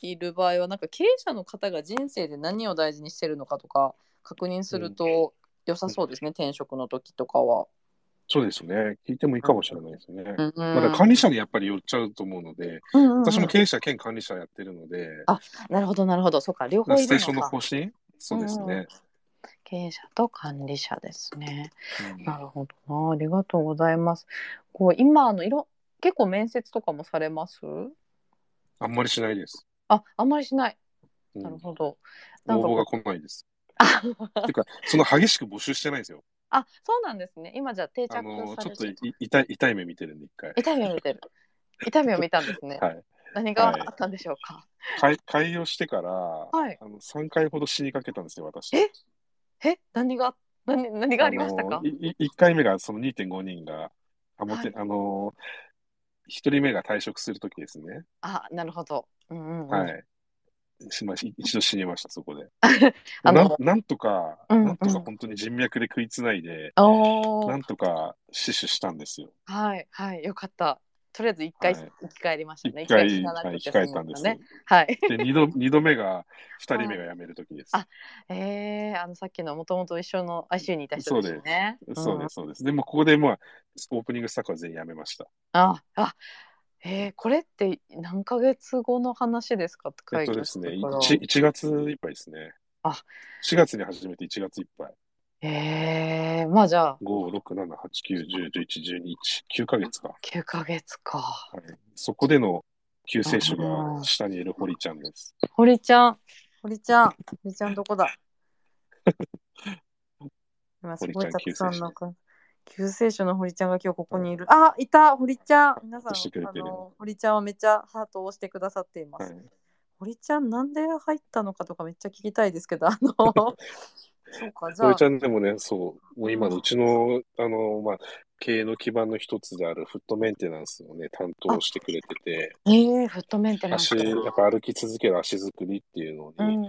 [SPEAKER 2] いる場合はなんか経営者の方が人生で何を大事にしてるのかとか確認すると良さそうですね、転職の時とかは。
[SPEAKER 1] そうですね。聞いてもいいかもしれないですね。
[SPEAKER 2] うんうん
[SPEAKER 1] まだ管理者にやっぱり寄っちゃうと思うので、
[SPEAKER 2] うんうんうん
[SPEAKER 1] 私も経営者兼管理者やってるので、
[SPEAKER 2] あなるほどなるほどそうか両方いる
[SPEAKER 1] ス
[SPEAKER 2] のか
[SPEAKER 1] テーションの方針そうですね。
[SPEAKER 2] 経営者と管理者ですね。
[SPEAKER 1] うん
[SPEAKER 2] なるほどなありがとうございます。こう今あのいろ結構面接とかもされます
[SPEAKER 1] あんまりしないです。
[SPEAKER 2] ああんまりしない。
[SPEAKER 1] うん
[SPEAKER 2] なるほど。なん
[SPEAKER 1] 応募
[SPEAKER 2] かこ
[SPEAKER 1] が
[SPEAKER 2] う
[SPEAKER 1] 来ないです。
[SPEAKER 2] あ
[SPEAKER 1] てか、そんな激しく募集してないんですよ。
[SPEAKER 2] あそうなんですね。今じゃあ定着
[SPEAKER 1] あの、
[SPEAKER 2] さ
[SPEAKER 1] ちょ
[SPEAKER 2] れ
[SPEAKER 1] っと
[SPEAKER 2] て
[SPEAKER 1] い痛い痛い目見てるんで、一回。
[SPEAKER 2] 痛みを見 てる。痛みを見たんですね。
[SPEAKER 1] はい。
[SPEAKER 2] 何があったんでしょうか。
[SPEAKER 1] 開開業してから、
[SPEAKER 2] い
[SPEAKER 1] あの3回ほど死にかけたんですよ、私。
[SPEAKER 2] ええ何が何何がありました
[SPEAKER 1] あ
[SPEAKER 2] か
[SPEAKER 1] の。いい1回目がその2.5人が、あもてあの1人目が退職するときですね。
[SPEAKER 2] あなるほど。うんうんうん。
[SPEAKER 1] はい。しまし一度死にました、そこで。
[SPEAKER 2] あ
[SPEAKER 1] なん
[SPEAKER 2] の
[SPEAKER 1] なんとか、
[SPEAKER 2] うんうん
[SPEAKER 1] なんとか本当に人脈で食いつないで、
[SPEAKER 2] おー
[SPEAKER 1] なんとか死守したんですよ。
[SPEAKER 2] はいはいよかった。とりあえず一回、
[SPEAKER 1] はい
[SPEAKER 2] 生き返りましたね。
[SPEAKER 1] 一回、
[SPEAKER 2] 死なな
[SPEAKER 1] はい、
[SPEAKER 2] くて
[SPEAKER 1] 控
[SPEAKER 2] 済
[SPEAKER 1] え
[SPEAKER 2] ん
[SPEAKER 1] た
[SPEAKER 2] だ
[SPEAKER 1] んです。
[SPEAKER 2] ね。はい。
[SPEAKER 1] で、2度二度目が、2人目が辞めるときです。
[SPEAKER 2] あえー、あのさっきのもともと一緒の ICU にいた人ですよね。。
[SPEAKER 1] そうですす、そうです。でも、ここで、まあ、オープニングスタッフは全員辞めました。
[SPEAKER 2] ああえー、これって何ヶ月後の話ですかって
[SPEAKER 1] えっ
[SPEAKER 2] 会議
[SPEAKER 1] とで
[SPEAKER 2] を
[SPEAKER 1] す
[SPEAKER 2] し
[SPEAKER 1] ね、
[SPEAKER 2] て
[SPEAKER 1] い
[SPEAKER 2] から
[SPEAKER 1] 1, 1月いっぱいですね。
[SPEAKER 2] あ
[SPEAKER 1] 4月に始めて1月いっぱい。
[SPEAKER 2] えー、まあじゃあ
[SPEAKER 1] 5、6、7、8、9、10、11、12、1、9ヶ月か。
[SPEAKER 2] 9ヶ月か。
[SPEAKER 1] はい、そこでの救世主が下にいる堀ちゃんです。
[SPEAKER 2] 堀ちゃん、堀ちゃん、堀ちゃんど こだ今す
[SPEAKER 1] 堀
[SPEAKER 2] ご
[SPEAKER 1] ち
[SPEAKER 2] い
[SPEAKER 1] ゃん
[SPEAKER 2] たくさん
[SPEAKER 1] 救世
[SPEAKER 2] の
[SPEAKER 1] 主
[SPEAKER 2] か救世主の堀ちゃんが今日ここにいる。あ、いた堀ちゃん皆さん、
[SPEAKER 1] 押してくれ
[SPEAKER 2] あ
[SPEAKER 1] てる
[SPEAKER 2] の堀ちゃんはめっちゃハートを押してくださっています。
[SPEAKER 1] はい、
[SPEAKER 2] 堀ちゃんなんで入ったのかとかめっちゃ聞きたいですけど、あ の、そうか、じゃあ
[SPEAKER 1] 堀ち、ゃんでもね、そう、もう今のうちの、あの、まあ、経営の基盤の一つであるフットメンテナンスをね、担当してくれてて、
[SPEAKER 2] えー、フットメンテナンス
[SPEAKER 1] 足、
[SPEAKER 2] か。
[SPEAKER 1] やっぱ歩き続ける足作りっていうのに、
[SPEAKER 2] うん、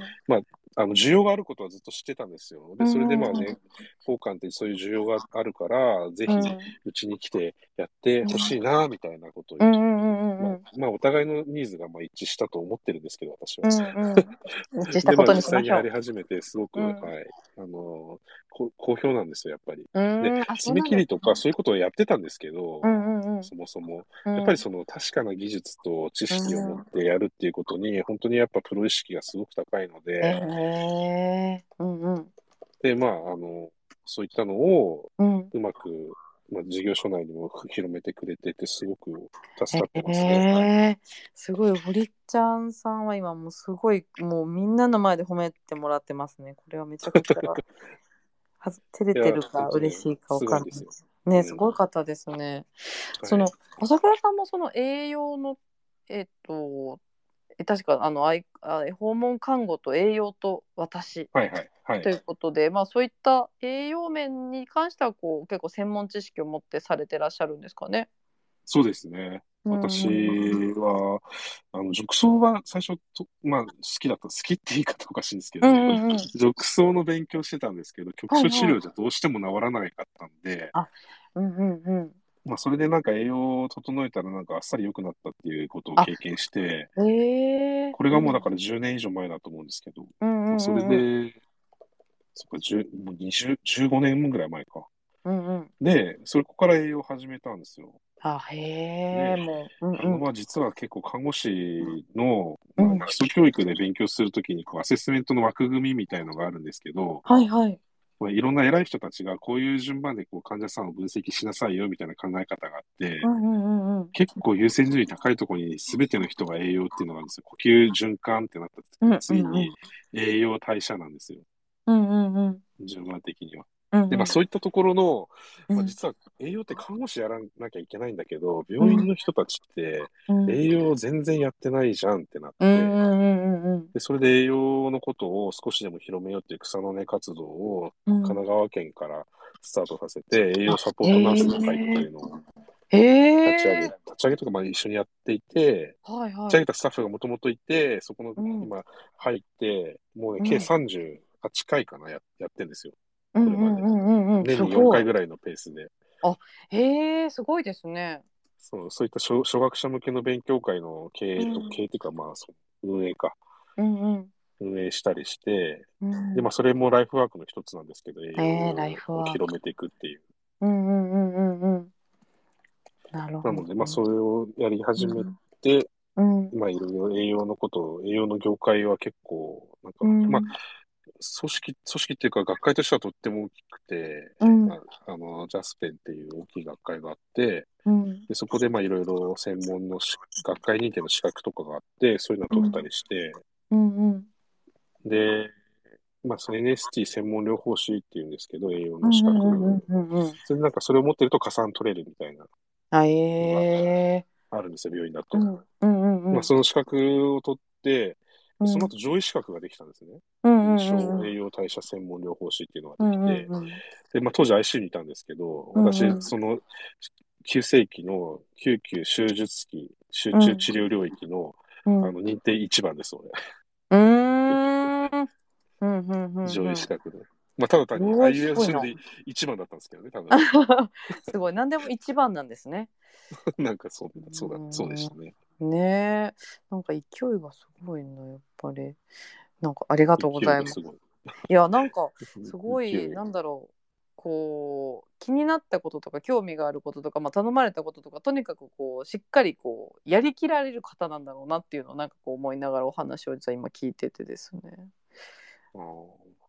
[SPEAKER 1] あの需要があることはずっと知ってたんですよ。で、それでまあ
[SPEAKER 2] うんうんう
[SPEAKER 1] ね、交換ってそういう需要があるから、ぜひ
[SPEAKER 2] うん
[SPEAKER 1] うちに来てやってほしいな、みたいなことを
[SPEAKER 2] う
[SPEAKER 1] 言
[SPEAKER 2] ん
[SPEAKER 1] って、
[SPEAKER 2] うんうんうん
[SPEAKER 1] まあ、まあ、お互いのニーズがまあ一致したと思ってるんですけど、私
[SPEAKER 2] う
[SPEAKER 1] は。
[SPEAKER 2] んうん。一致した
[SPEAKER 1] で、
[SPEAKER 2] こ
[SPEAKER 1] ま
[SPEAKER 2] と
[SPEAKER 1] あ、実
[SPEAKER 2] にし
[SPEAKER 1] 際
[SPEAKER 2] ま
[SPEAKER 1] に
[SPEAKER 2] しょ
[SPEAKER 1] や
[SPEAKER 2] う
[SPEAKER 1] り。始めて、すごく、
[SPEAKER 2] うん
[SPEAKER 1] はい、あのこ好評なんですよ、やっぱり。
[SPEAKER 2] うん、あ、そう
[SPEAKER 1] 爪
[SPEAKER 2] なん
[SPEAKER 1] 切
[SPEAKER 2] で
[SPEAKER 1] り
[SPEAKER 2] す
[SPEAKER 1] とか、そういうことをやってたんですけど、
[SPEAKER 2] うんうんうん。
[SPEAKER 1] そもそも。
[SPEAKER 2] や
[SPEAKER 1] やっぱりその確かな技術と知識を持ってやるっていうことに、本当にやっぱプロ意識がすごく高いので、
[SPEAKER 2] えー、うんうん
[SPEAKER 1] で、まあ、あの、そういったのを
[SPEAKER 2] うん。
[SPEAKER 1] うまく、まあ、事業所内にも広めてくれてて、すごく助かってますね。
[SPEAKER 2] えー、すごい堀ちゃんさんは今もうすごいもうみんなの前で褒めてもらってますねこれはめちゃ くちゃはず照れてるか嬉しいか分かんない
[SPEAKER 1] すごいですう
[SPEAKER 2] ね
[SPEAKER 1] ん
[SPEAKER 2] すごかったです
[SPEAKER 1] は
[SPEAKER 2] ね、
[SPEAKER 1] い
[SPEAKER 2] その朝倉さんもその栄養のえっ、とえ確かあのあいあ訪問看護と栄養と私
[SPEAKER 1] はいはいはい
[SPEAKER 2] ということで、まあ、そういった栄養面に関してはこう結構専門知識を持ってされてらっしゃるんですかね。
[SPEAKER 1] そうですね。私は、あの、褥瘡は最初と、まあ、好きだった、好きって言い方おかしいんですけど、
[SPEAKER 2] うんうんうん
[SPEAKER 1] 褥瘡の勉強してたんですけど、局所治療じゃどうしても治らなかったんで、
[SPEAKER 2] うんうんうん
[SPEAKER 1] まあ、それでなんか栄養を整えたらなんかあっさり良くなったっていうことを経験して、
[SPEAKER 2] えー、
[SPEAKER 1] これがもうだから10年以上前だと思うんですけど、
[SPEAKER 2] うんうんうんうん、
[SPEAKER 1] それで、そっか、10もう20 15年ぐらい前か。
[SPEAKER 2] うんうん
[SPEAKER 1] で、そこから栄養を始めたんですよ。
[SPEAKER 2] あへえ、
[SPEAKER 1] ね
[SPEAKER 2] もう、うん
[SPEAKER 1] あの
[SPEAKER 2] うん、
[SPEAKER 1] まあ実は結構看護師の、
[SPEAKER 2] うん
[SPEAKER 1] まあ基礎教育で勉強するときにこうアセスメントの枠組みみたいのがあるんですけど、
[SPEAKER 2] はいはい
[SPEAKER 1] まあ、いろんな偉い人たちがこういう順番でこう患者さんを分析しなさいよみたいな考え方があって、
[SPEAKER 2] うんうんうんうん
[SPEAKER 1] 結構優先順位高いところに全ての人が栄養っていうのがあるんですよ。呼吸循環ってなったら次に栄養代謝なんですよ。
[SPEAKER 2] うんうんうん
[SPEAKER 1] 順番的には。
[SPEAKER 2] うん
[SPEAKER 1] で、まあそういったところの、
[SPEAKER 2] うん
[SPEAKER 1] まあ、実は栄養って看護師やらなきゃいけないんだけど、病院の人たちって
[SPEAKER 2] うん
[SPEAKER 1] 栄養全然やってないじゃんってなって、
[SPEAKER 2] うんうんうんうん
[SPEAKER 1] でそれで栄養のことを少しでも広めようっていう草の根活動を
[SPEAKER 2] うん
[SPEAKER 1] 神奈川県からスタートさせて、栄養サポートナースの会っていうのを
[SPEAKER 2] へ
[SPEAKER 1] 立ち上げ、
[SPEAKER 2] え
[SPEAKER 1] 立ち上げとかまあ一緒にやっていて、
[SPEAKER 2] はいは
[SPEAKER 1] 立ち上
[SPEAKER 2] い
[SPEAKER 1] げたスタッフがもともといて、そこの
[SPEAKER 2] うん
[SPEAKER 1] 今入って、もうね、
[SPEAKER 2] うん
[SPEAKER 1] 計38回かな、ややってるんですよ。
[SPEAKER 2] うん
[SPEAKER 1] れ
[SPEAKER 2] う
[SPEAKER 1] ま
[SPEAKER 2] ん
[SPEAKER 1] で
[SPEAKER 2] うんうんうん
[SPEAKER 1] 年
[SPEAKER 2] す
[SPEAKER 1] に4
[SPEAKER 2] ご
[SPEAKER 1] 回
[SPEAKER 2] い
[SPEAKER 1] ぐらいのペースで。
[SPEAKER 2] へえすごいですね
[SPEAKER 1] そうそういった初初学者向けの勉強会の経営と、
[SPEAKER 2] うん
[SPEAKER 1] 経営っていうか、まあ、そう運営か、
[SPEAKER 2] うんうん
[SPEAKER 1] 運営したりして、
[SPEAKER 2] うん
[SPEAKER 1] で、まあ、それもライフワークの一つなんですけど、栄
[SPEAKER 2] えーライフ
[SPEAKER 1] 養を
[SPEAKER 2] ワーク
[SPEAKER 1] 広めていくっていう。
[SPEAKER 2] うんうんうんうんうんなるほ
[SPEAKER 1] な
[SPEAKER 2] ど
[SPEAKER 1] ので、まあ、それをやり始めて、
[SPEAKER 2] うんうん
[SPEAKER 1] まあ、いろいろ栄養のことを、栄養の業界は結構、なんか、
[SPEAKER 2] うん
[SPEAKER 1] まあ、組織、組織っていうか、学会としてはとっても大きくて、
[SPEAKER 2] うん
[SPEAKER 1] まあ、あの、ジャスペンっていう大きい学会があって、
[SPEAKER 2] うん
[SPEAKER 1] でそこで、まあ、いろいろ専門のし学会認定の資格とかがあって、そういうのを取ったりして、
[SPEAKER 2] うんうん
[SPEAKER 1] で、まあ、その NST 専門療法士っていうんですけど、栄養
[SPEAKER 2] う
[SPEAKER 1] の資格。
[SPEAKER 2] んうんうん
[SPEAKER 1] それでなんかそれを持ってると加算取れるみたいな、
[SPEAKER 2] あえ
[SPEAKER 1] あるんですよ、病院だ
[SPEAKER 2] ーう
[SPEAKER 1] と。
[SPEAKER 2] んうんうんうん
[SPEAKER 1] まあ、その資格を取って、
[SPEAKER 2] うん
[SPEAKER 1] その後上位資格ができたんですね。
[SPEAKER 2] うんうん
[SPEAKER 1] 臨
[SPEAKER 2] うん
[SPEAKER 1] 床栄養代謝専門療法士っていうの
[SPEAKER 2] う
[SPEAKER 1] が
[SPEAKER 2] ん
[SPEAKER 1] できて、
[SPEAKER 2] うんうん
[SPEAKER 1] で、まあ、当時 ICU にいたんですけど、
[SPEAKER 2] うんうん
[SPEAKER 1] 私、その、急性期の救急手術期、集中治療領域の、
[SPEAKER 2] うん
[SPEAKER 1] あの、認定1番です、俺。
[SPEAKER 2] うーんうんうんうんうん
[SPEAKER 1] 上位資格で。まあ、ただ単に
[SPEAKER 2] うわすごい
[SPEAKER 1] IUS
[SPEAKER 2] な
[SPEAKER 1] で1番だったんですけどね、多分。
[SPEAKER 2] すごい何でも一番なんですね。
[SPEAKER 1] なんかそう、そうだ
[SPEAKER 2] う、ん
[SPEAKER 1] そうでしたね。
[SPEAKER 2] ねえなんか勢いがすごいなやっぱりなんかありがとうございます。
[SPEAKER 1] 勢いがすごい。
[SPEAKER 2] いやなんかす
[SPEAKER 1] す
[SPEAKER 2] ご
[SPEAKER 1] 勢
[SPEAKER 2] い
[SPEAKER 1] い
[SPEAKER 2] なんだろこう気になったこととか興味があることとか、まあ、頼まれたこととかとにかくこうしっかりこうやりきられる方なんだろうなっていうのをなんかこう思いながらお話を実は今聞いててですね。う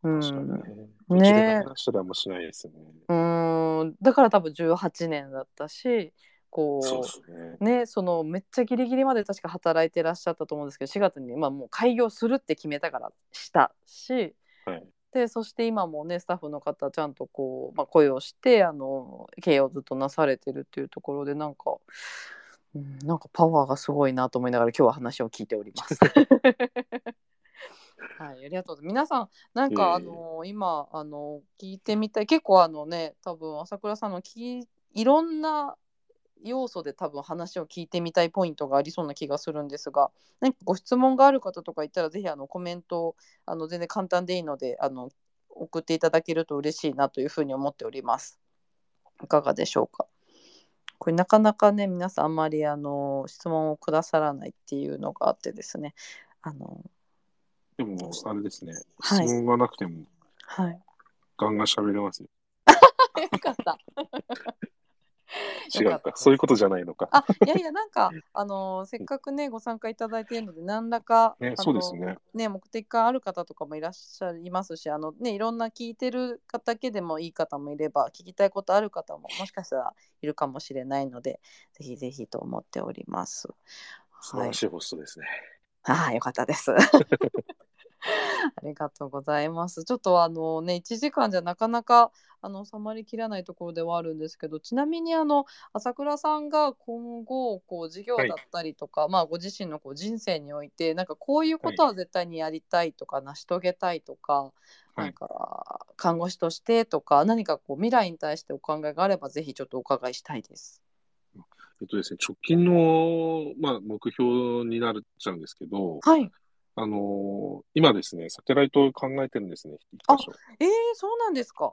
[SPEAKER 2] ん
[SPEAKER 1] 確かにね。
[SPEAKER 2] うん
[SPEAKER 1] うち
[SPEAKER 2] ね
[SPEAKER 1] で
[SPEAKER 2] え
[SPEAKER 1] 話したりもしないですね。
[SPEAKER 2] うーんだから多分18年だったしこう
[SPEAKER 1] そうですね。
[SPEAKER 2] ね、そのめっちゃギリギリまで確か働いてらっしゃったと思うんですけど4月に、まあ、もう開業するって決めたからしたし、
[SPEAKER 1] はい
[SPEAKER 2] でそして今もねスタッフの方ちゃんとこう、まあ、雇用してあの経営をずっとなされてるっていうところでなんか、うん、なんかパワーがすごいなと思いながら今日は話を聞いており ます。 はい、ありがとうございます。皆さん、なんか、
[SPEAKER 1] ええ
[SPEAKER 2] あの、今、あの、聞いてみたい、結構、あのね、多分、朝倉さんのき、いろんな。要素で多分話を聞いてみたいポイントがありそうな気がするんですが何かご質問がある方とかいたらぜひあのコメントをあの全然簡単でいいのであの送っていただけると嬉しいなというふうに思っております。いかがでしょうかこれなかなかね皆さんあんまりあの質問をくださらないっていうのがあってですねあの
[SPEAKER 1] でも、あれですね。質
[SPEAKER 2] はい
[SPEAKER 1] 問がなくても、
[SPEAKER 2] はい
[SPEAKER 1] ガンガン喋れますよ。
[SPEAKER 2] よかった。
[SPEAKER 1] 違
[SPEAKER 2] よか
[SPEAKER 1] う
[SPEAKER 2] った
[SPEAKER 1] か。そういうことじゃないのか。
[SPEAKER 2] あ、いやいや、なんか、あのーせっかくね、ご参加いただいているので、何らか、
[SPEAKER 1] ね、
[SPEAKER 2] あ
[SPEAKER 1] そう
[SPEAKER 2] の
[SPEAKER 1] ですね。
[SPEAKER 2] ね、目的がある方とかもいらっしゃいますし、あのね、いろんな聞いてる方だけでもいい方もいれば、聞きたいことある方ももしかしたらいるかもしれないので、ぜひぜひと思っております。
[SPEAKER 1] 素晴
[SPEAKER 2] はい
[SPEAKER 1] らしいホストですね。
[SPEAKER 2] ああ、よかった です。ありがとうございます。ちょっとあのね、1時間じゃなかなかあの収まりきらないところではあるんですけど、ちなみにあの朝倉さんが今後こう事業だったりとか、まあご自身のこう人生において、なんかこういうことは絶対にやりたいとか、成し遂げたいとか、
[SPEAKER 1] はい
[SPEAKER 2] なんか看護師としてとか、何かこう未来に対してお考えがあればぜひちょっとお伺いしたいです。
[SPEAKER 1] えっとですね、直近の、まあ、目標になっちゃうんですけど、
[SPEAKER 2] はい。
[SPEAKER 1] あのー今ですね、サテライトを考えてるんですね、一箇所。
[SPEAKER 2] ええそうなんです
[SPEAKER 1] は
[SPEAKER 2] か。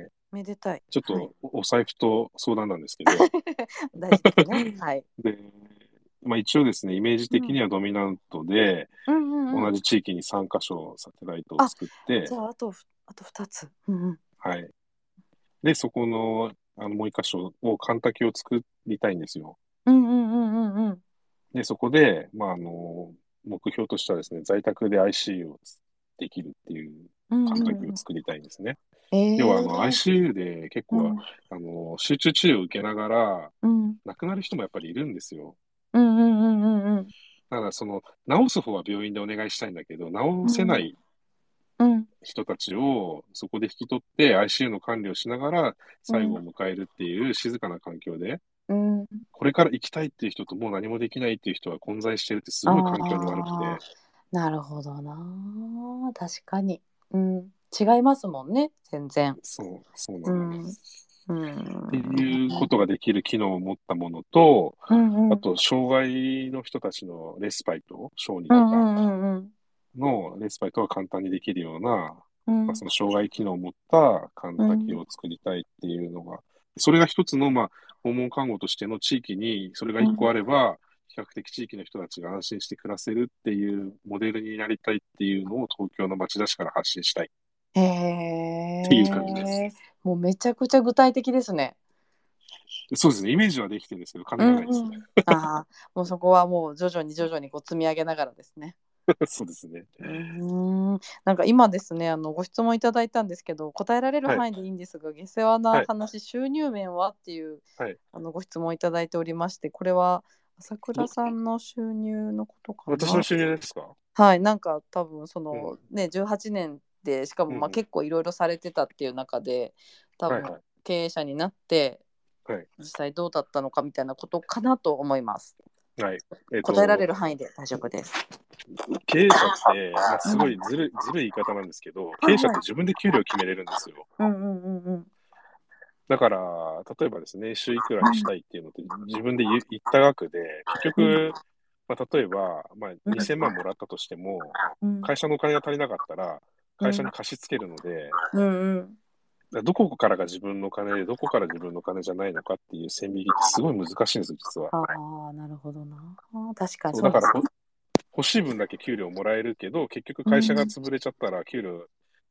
[SPEAKER 1] い。
[SPEAKER 2] めでたい。
[SPEAKER 1] ちょっ
[SPEAKER 2] はい
[SPEAKER 1] とおお財布と相談なんですけど、
[SPEAKER 2] 大事です ね。はい。
[SPEAKER 1] で、まあ一応ですね、イメージ的にはドミナントで、
[SPEAKER 2] うんうんうん
[SPEAKER 1] 同じ地域に3箇所サテライトを作って
[SPEAKER 2] じ、ゃああとふあと二つ。うんうん、
[SPEAKER 1] はい。で、そこの、あの、もう一箇所を、干拓を作りたいんですよ。
[SPEAKER 2] うんうんうんうんうん。
[SPEAKER 1] で、そこで、まあ、あの、目標としてはですね、在宅で ICU をできるっていう
[SPEAKER 2] うん
[SPEAKER 1] 干
[SPEAKER 2] うん
[SPEAKER 1] 拓を作りたいんですね。
[SPEAKER 2] うん、
[SPEAKER 1] 要は、あの、
[SPEAKER 2] え
[SPEAKER 1] ICU
[SPEAKER 2] ー
[SPEAKER 1] で結
[SPEAKER 2] う
[SPEAKER 1] 構
[SPEAKER 2] ん、
[SPEAKER 1] あの、集中治療を受けながら、
[SPEAKER 2] うん
[SPEAKER 1] 亡くなる人もやっぱりいるんですよ。
[SPEAKER 2] うんうんうんうんうん
[SPEAKER 1] だから、その、治す方は病院でお願いしたいんだけど、治せない
[SPEAKER 2] うん
[SPEAKER 1] 人たちをそこで引き取って ICU の管理をしながら最後を迎えるっていう静かな環境で、
[SPEAKER 2] うん。
[SPEAKER 1] これから行きたいっていう人ともう何もできないっていう人は混在してるってすごい環境に悪
[SPEAKER 2] あー
[SPEAKER 1] くて、
[SPEAKER 2] なるほどな。確かに。うん。違いますもんね。全然。
[SPEAKER 1] そう、そう
[SPEAKER 2] う
[SPEAKER 1] なん
[SPEAKER 2] ん。
[SPEAKER 1] です。
[SPEAKER 2] うん。
[SPEAKER 1] っていうことができる機能を持ったものと、
[SPEAKER 2] うんうん。
[SPEAKER 1] あと、障害の人たちのレスパイト、小児と
[SPEAKER 2] う
[SPEAKER 1] か
[SPEAKER 2] んうんうんうん。
[SPEAKER 1] のレスパイトが簡単にできるような、
[SPEAKER 2] うん
[SPEAKER 1] まあ、その障害機能を持った患者先を作りたいっていうのが、それが一つの、まあ、訪問看護としての地域に、それが一個あれば、比較的地域の人たちが安心して暮らせるっていうモデルになりたいっていうのを東京の町田市から発信したい。
[SPEAKER 2] へえ。
[SPEAKER 1] っていう感じで
[SPEAKER 2] もうめちゃくちゃ具体的ですね。
[SPEAKER 1] そうですね、イメージはできてるんですけど、かなりないですね。
[SPEAKER 2] ああ、もうそこはもう徐々に徐々にこう積み上げながらですね。
[SPEAKER 1] そうですね。
[SPEAKER 2] うーんなんか今ですねあのご質問いただいたんですけど答えられる
[SPEAKER 1] はい
[SPEAKER 2] 範囲でいいんですが、下世話な
[SPEAKER 1] はい
[SPEAKER 2] 話、収入面はっていう、
[SPEAKER 1] はい
[SPEAKER 2] あのご質問いただいておりましてこれは朝倉さんの収入のことかな
[SPEAKER 1] 私の収入ですか
[SPEAKER 2] はいなんか多分その、ね18年でしかもま
[SPEAKER 1] う
[SPEAKER 2] あ
[SPEAKER 1] ん
[SPEAKER 2] 結構いろいろされてたっていう中で多
[SPEAKER 1] はい
[SPEAKER 2] 分
[SPEAKER 1] はい。
[SPEAKER 2] 経営者になって、
[SPEAKER 1] はい
[SPEAKER 2] 実際どうだったのかみたいなことかなと思います
[SPEAKER 1] はい。えっと
[SPEAKER 2] 答えられる範囲で大丈夫です
[SPEAKER 1] 経営者って、まあ、すごいずるずるい言い方なんですけど、経営者って自分で給料決めれるんですよ。
[SPEAKER 2] うんうんうんうん
[SPEAKER 1] だから、例えばですね、週いくらにしたいっていうのって、自分で言言った額で、結局、まあ、例えば、まあ、2000万もらったとしても、
[SPEAKER 2] うん
[SPEAKER 1] 会社のお金が足りなかったら、会社に貸し付けるので、だか
[SPEAKER 2] うんうん
[SPEAKER 1] らどこからが自分の金で、どこから自分の金じゃないのかっていう線引きってすごい難しいんですよ、実は。
[SPEAKER 2] ああ、なるほどな。確かに
[SPEAKER 1] そうだ
[SPEAKER 2] そう
[SPEAKER 1] か
[SPEAKER 2] です
[SPEAKER 1] らほ、欲しい分だけ給料もらえるけど、結局会社が潰れちゃったら、給料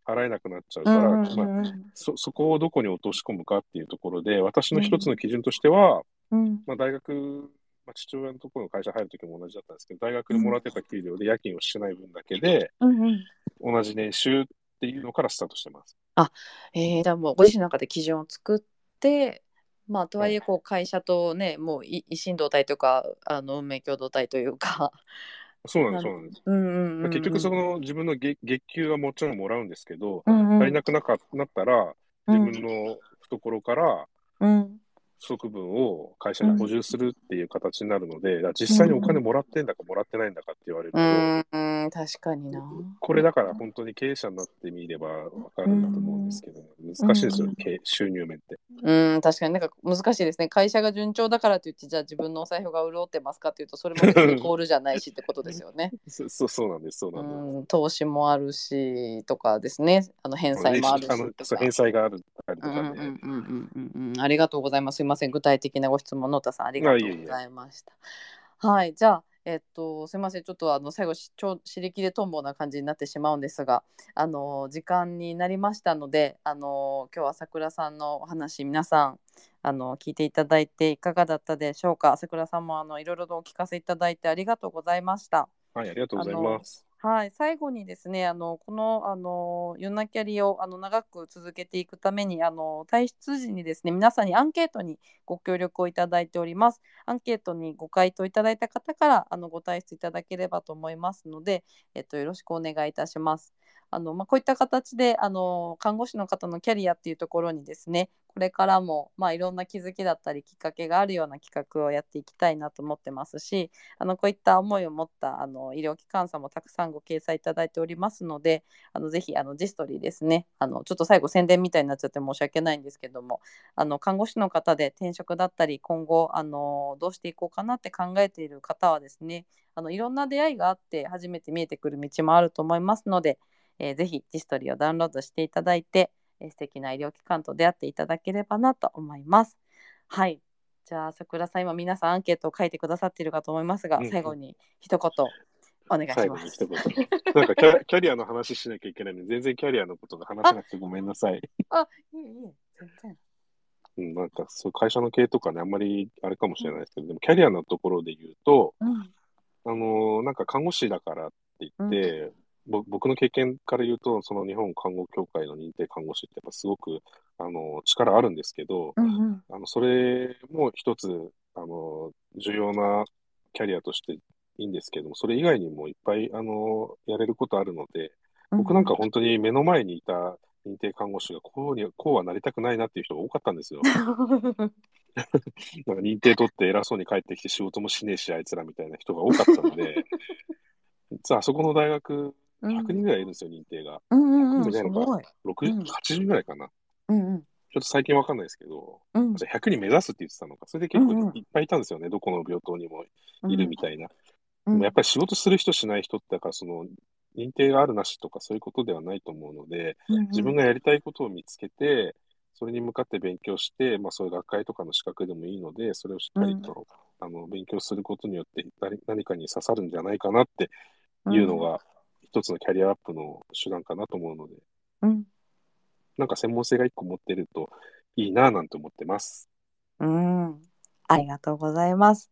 [SPEAKER 1] 払えなくなっちゃう
[SPEAKER 2] う
[SPEAKER 1] から、
[SPEAKER 2] んうんう
[SPEAKER 1] まあ
[SPEAKER 2] ん
[SPEAKER 1] そそこをどこに落とし込むかっていうところで、私の一つの基準としては、
[SPEAKER 2] うん
[SPEAKER 1] まあ、大学、まあ、父親のところの会社入るときも同じだったんですけど、大学でもらってた給料で夜勤をしてない分だけで、
[SPEAKER 2] うんうん
[SPEAKER 1] 同じ年収っていうのからスタートしてます。
[SPEAKER 2] えー、じゃあもうご自身の中で基準を作って、まあ、とはいえこう会社とねもうい一心同体というかあの運命共同体というか、
[SPEAKER 1] そうなんです、そ
[SPEAKER 2] な
[SPEAKER 1] う
[SPEAKER 2] る
[SPEAKER 1] なんです。
[SPEAKER 2] うんうんうんうん、
[SPEAKER 1] 結局、その自分の月月給はもちろんもらうんですけど、
[SPEAKER 2] うんうん
[SPEAKER 1] 足りなくなかなったら、自分の懐から
[SPEAKER 2] うん
[SPEAKER 1] 不足分を会社に補充するっていう形になるので、だから実際にお金もらってんだかもらってないんだかって言われる
[SPEAKER 2] う
[SPEAKER 1] と、
[SPEAKER 2] ん、うん、確かにな。
[SPEAKER 1] これだから本当に経営者になってみれば分かるんだと思うんですけど、難しいですよ、経営収入面って。
[SPEAKER 2] うん、確かになんか難しいですね。会社が順調だからといって、じゃあ自分のお財布が潤ってますかというと、それも別にイコールじゃないしってことですよね。
[SPEAKER 1] そそうそうなんです、そうなんです。
[SPEAKER 2] うん、投資もあるしとかですね。あの返済もあるし
[SPEAKER 1] あの
[SPEAKER 2] と
[SPEAKER 1] そう
[SPEAKER 2] か。
[SPEAKER 1] 返済があるあり
[SPEAKER 2] う
[SPEAKER 1] と
[SPEAKER 2] んう
[SPEAKER 1] か
[SPEAKER 2] ん
[SPEAKER 1] で、
[SPEAKER 2] うんうんうんうん、ありがとうございます。すいません、具体的なご質問、の田さん、ありがとうございました。はい、じゃあ、えっと、すいません、ちょっとあの最後し、ちょしりきでとんぼな感じになってしまうんですが、あの時間になりましたので、あの今日は桜さんのお話、皆さん、あの聞いていただいていかがだったでしょうか。桜さんもあのいろいろとお聞かせいただいてありがとうございました。
[SPEAKER 1] はい、ありがとうございます。
[SPEAKER 2] はい、最後にですね、あのこのあの夜なキャリをあの長く続けていくためにあの退出時にですね、皆さんにアンケートにご協力をいただいております。アンケートにご回答いただいた方からあのご退出いただければと思いますので、えっとよろしくお願いいたします。あのまあこういった形であの看護師の方のキャリアっていうところにですね、これからもまあいろんな気づきだったりきっかけがあるような企画をやっていきたいなと思ってますし、あのこういった思いを持ったあの医療機関さんもたくさんご掲載いただいておりますので、あのぜひあのジストリーですねあの、ちょっと最後宣伝みたいになっちゃって申し訳ないんですけども、あの看護師の方で転職だったり、今後あのどうしていこうかなって考えている方はですね、あのいろんな出会いがあって初めて見えてくる道もあると思いますので、えーぜひジストリーをダウンロードしていただいて、えー素敵な医療機関と出会っていただければなと思います。はいじゃあ桜さん今皆さんアンケートを書いてくださっているかと思いますが、
[SPEAKER 1] うんうん
[SPEAKER 2] 最後に一言お願いし
[SPEAKER 1] 最後
[SPEAKER 2] ま
[SPEAKER 1] に
[SPEAKER 2] す
[SPEAKER 1] 一。言。 なんかキャキャリアの話しなきゃいけないのに、全然キャリアのことが話せなくてごめんなさい。
[SPEAKER 2] あ、いいいい全然。
[SPEAKER 1] うん、なんかそう会社の経営とかね、あんまりあれかもしれないですけど、でもキャリアのところで言うと、
[SPEAKER 2] うん。
[SPEAKER 1] あのーなんか看護師だからって言って、ぼ僕の経験から言うと、その日本看護協会の認定看護師ってやっぱすごく、あのー力あるんですけど、
[SPEAKER 2] うんうん。
[SPEAKER 1] あの、それも一つ、あの、重要なキャリアとしていいんですけども、それ以外にもいっぱい、あの、やれることあるので、僕なんか本当に目の前にいた認定看護師がこうに、こうはなりたくないなっていう人が多かったんですよ。なんか認定取って偉そうに帰ってきて仕事もしねえし、あいつらみたいな人が多かったの で、実はあそこの大学、
[SPEAKER 2] うん
[SPEAKER 1] 100人ぐらいいるんですよ、認定が。
[SPEAKER 2] うんう
[SPEAKER 1] 100
[SPEAKER 2] んうん。
[SPEAKER 1] 人じゃ
[SPEAKER 2] す
[SPEAKER 1] ないのか
[SPEAKER 2] ごい。う
[SPEAKER 1] 60、
[SPEAKER 2] ん
[SPEAKER 1] 80ぐらいかな。
[SPEAKER 2] うんうん
[SPEAKER 1] ちょっと最近わかんないですけど、
[SPEAKER 2] うん
[SPEAKER 1] じゃあ100人目指すって言ってたのか、それで結
[SPEAKER 2] うんう
[SPEAKER 1] 構
[SPEAKER 2] ん
[SPEAKER 1] いっぱいいたんですよね、どこの病棟にも
[SPEAKER 2] うん。
[SPEAKER 1] いるみたいな。
[SPEAKER 2] うん
[SPEAKER 1] でもやっぱり仕事する人しない人って、だからその認定があるなしとかそういうことではないと思うので、自分がやりたいことを見つけて、それに向かって勉強して、まあそういう学会とかの資格でもいいので、それをしっかりと、あの勉強することによって何何かに刺さるんじゃないかなっていうの。が、一つのキャリアアップの手段かなと思うので、
[SPEAKER 2] うん
[SPEAKER 1] なんか専門性が一個持ってるといいなぁなんて思ってます。
[SPEAKER 2] うん。うんありがとうございます。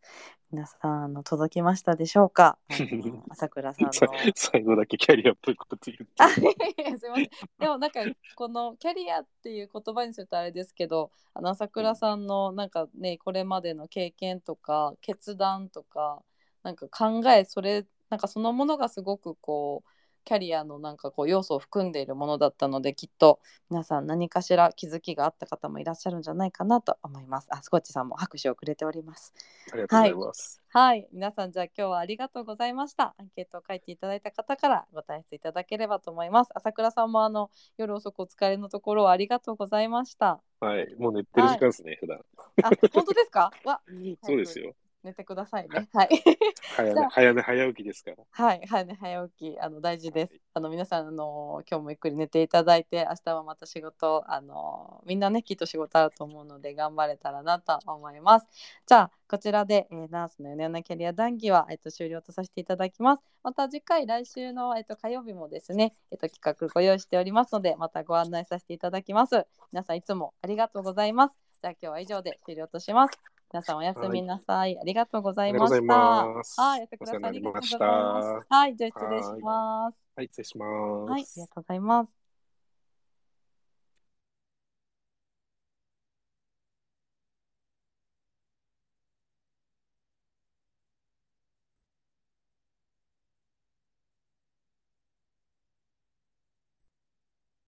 [SPEAKER 2] 皆さんあの届きましたでしょうか。あの朝倉さんの。
[SPEAKER 1] さ最後だけキャリアっぽいこと言って。
[SPEAKER 2] あいやいやすいませんでもなんかこのキャリアっていう言葉にするとあれですけどあの朝倉さんのなんかねこれまでの経験とか決断とかなんか考えそれなんかそのものがすごくこうキャリアのなんかこう要素を含んでいるものだったのできっと皆さん何かしら気づきがあった方もいらっしゃるんじゃないかなと思います。あスコッチさんも拍手をくれております。
[SPEAKER 1] ありがとうございます。
[SPEAKER 2] はい、皆さんじゃあ今日はありがとうございました。アンケートを書いていただいた方からご退出いただければと思います。朝倉さんもあの夜遅くお疲れのところはありがとうございました。
[SPEAKER 1] はい、もう寝てる時間ですね、普段。
[SPEAKER 2] あ、本当ですか？わ、
[SPEAKER 1] そうですよ。
[SPEAKER 2] 寝てくださいね。はい。
[SPEAKER 1] 早
[SPEAKER 2] じゃ
[SPEAKER 1] 寝
[SPEAKER 2] あ
[SPEAKER 1] 早寝早起きですから。
[SPEAKER 2] はい、はいね、早起き、あの大事です。あの皆さん、あの今日もゆっくり寝ていただいて、明日はまた仕事、あのみんなね、きっと仕事あると思うので、頑張れたらなと思います。じゃあ、こちらで、えーナースの夜な夜なキャリア談義は、えっと終了とさせていただきます。また次回、来週のえっと火曜日もですね、えっと企画ご用意しておりますので、またご案内させていただきます。皆さん、いつもありがとうございます。じゃあ、今日は以上で終了とします。皆さんおやすみなさい。ありがとうござ
[SPEAKER 1] あ
[SPEAKER 2] い
[SPEAKER 1] りがと
[SPEAKER 2] ま
[SPEAKER 1] うござい
[SPEAKER 2] し
[SPEAKER 1] ます。
[SPEAKER 2] た。はい、やってくださ
[SPEAKER 1] お
[SPEAKER 2] い。
[SPEAKER 1] 世話
[SPEAKER 2] あり
[SPEAKER 1] に
[SPEAKER 2] が
[SPEAKER 1] な
[SPEAKER 2] と
[SPEAKER 1] りまし
[SPEAKER 2] うござい
[SPEAKER 1] た。
[SPEAKER 2] ます。はい、じゃあ失礼します。
[SPEAKER 1] はい、失礼します。
[SPEAKER 2] はい、ありがとうございます。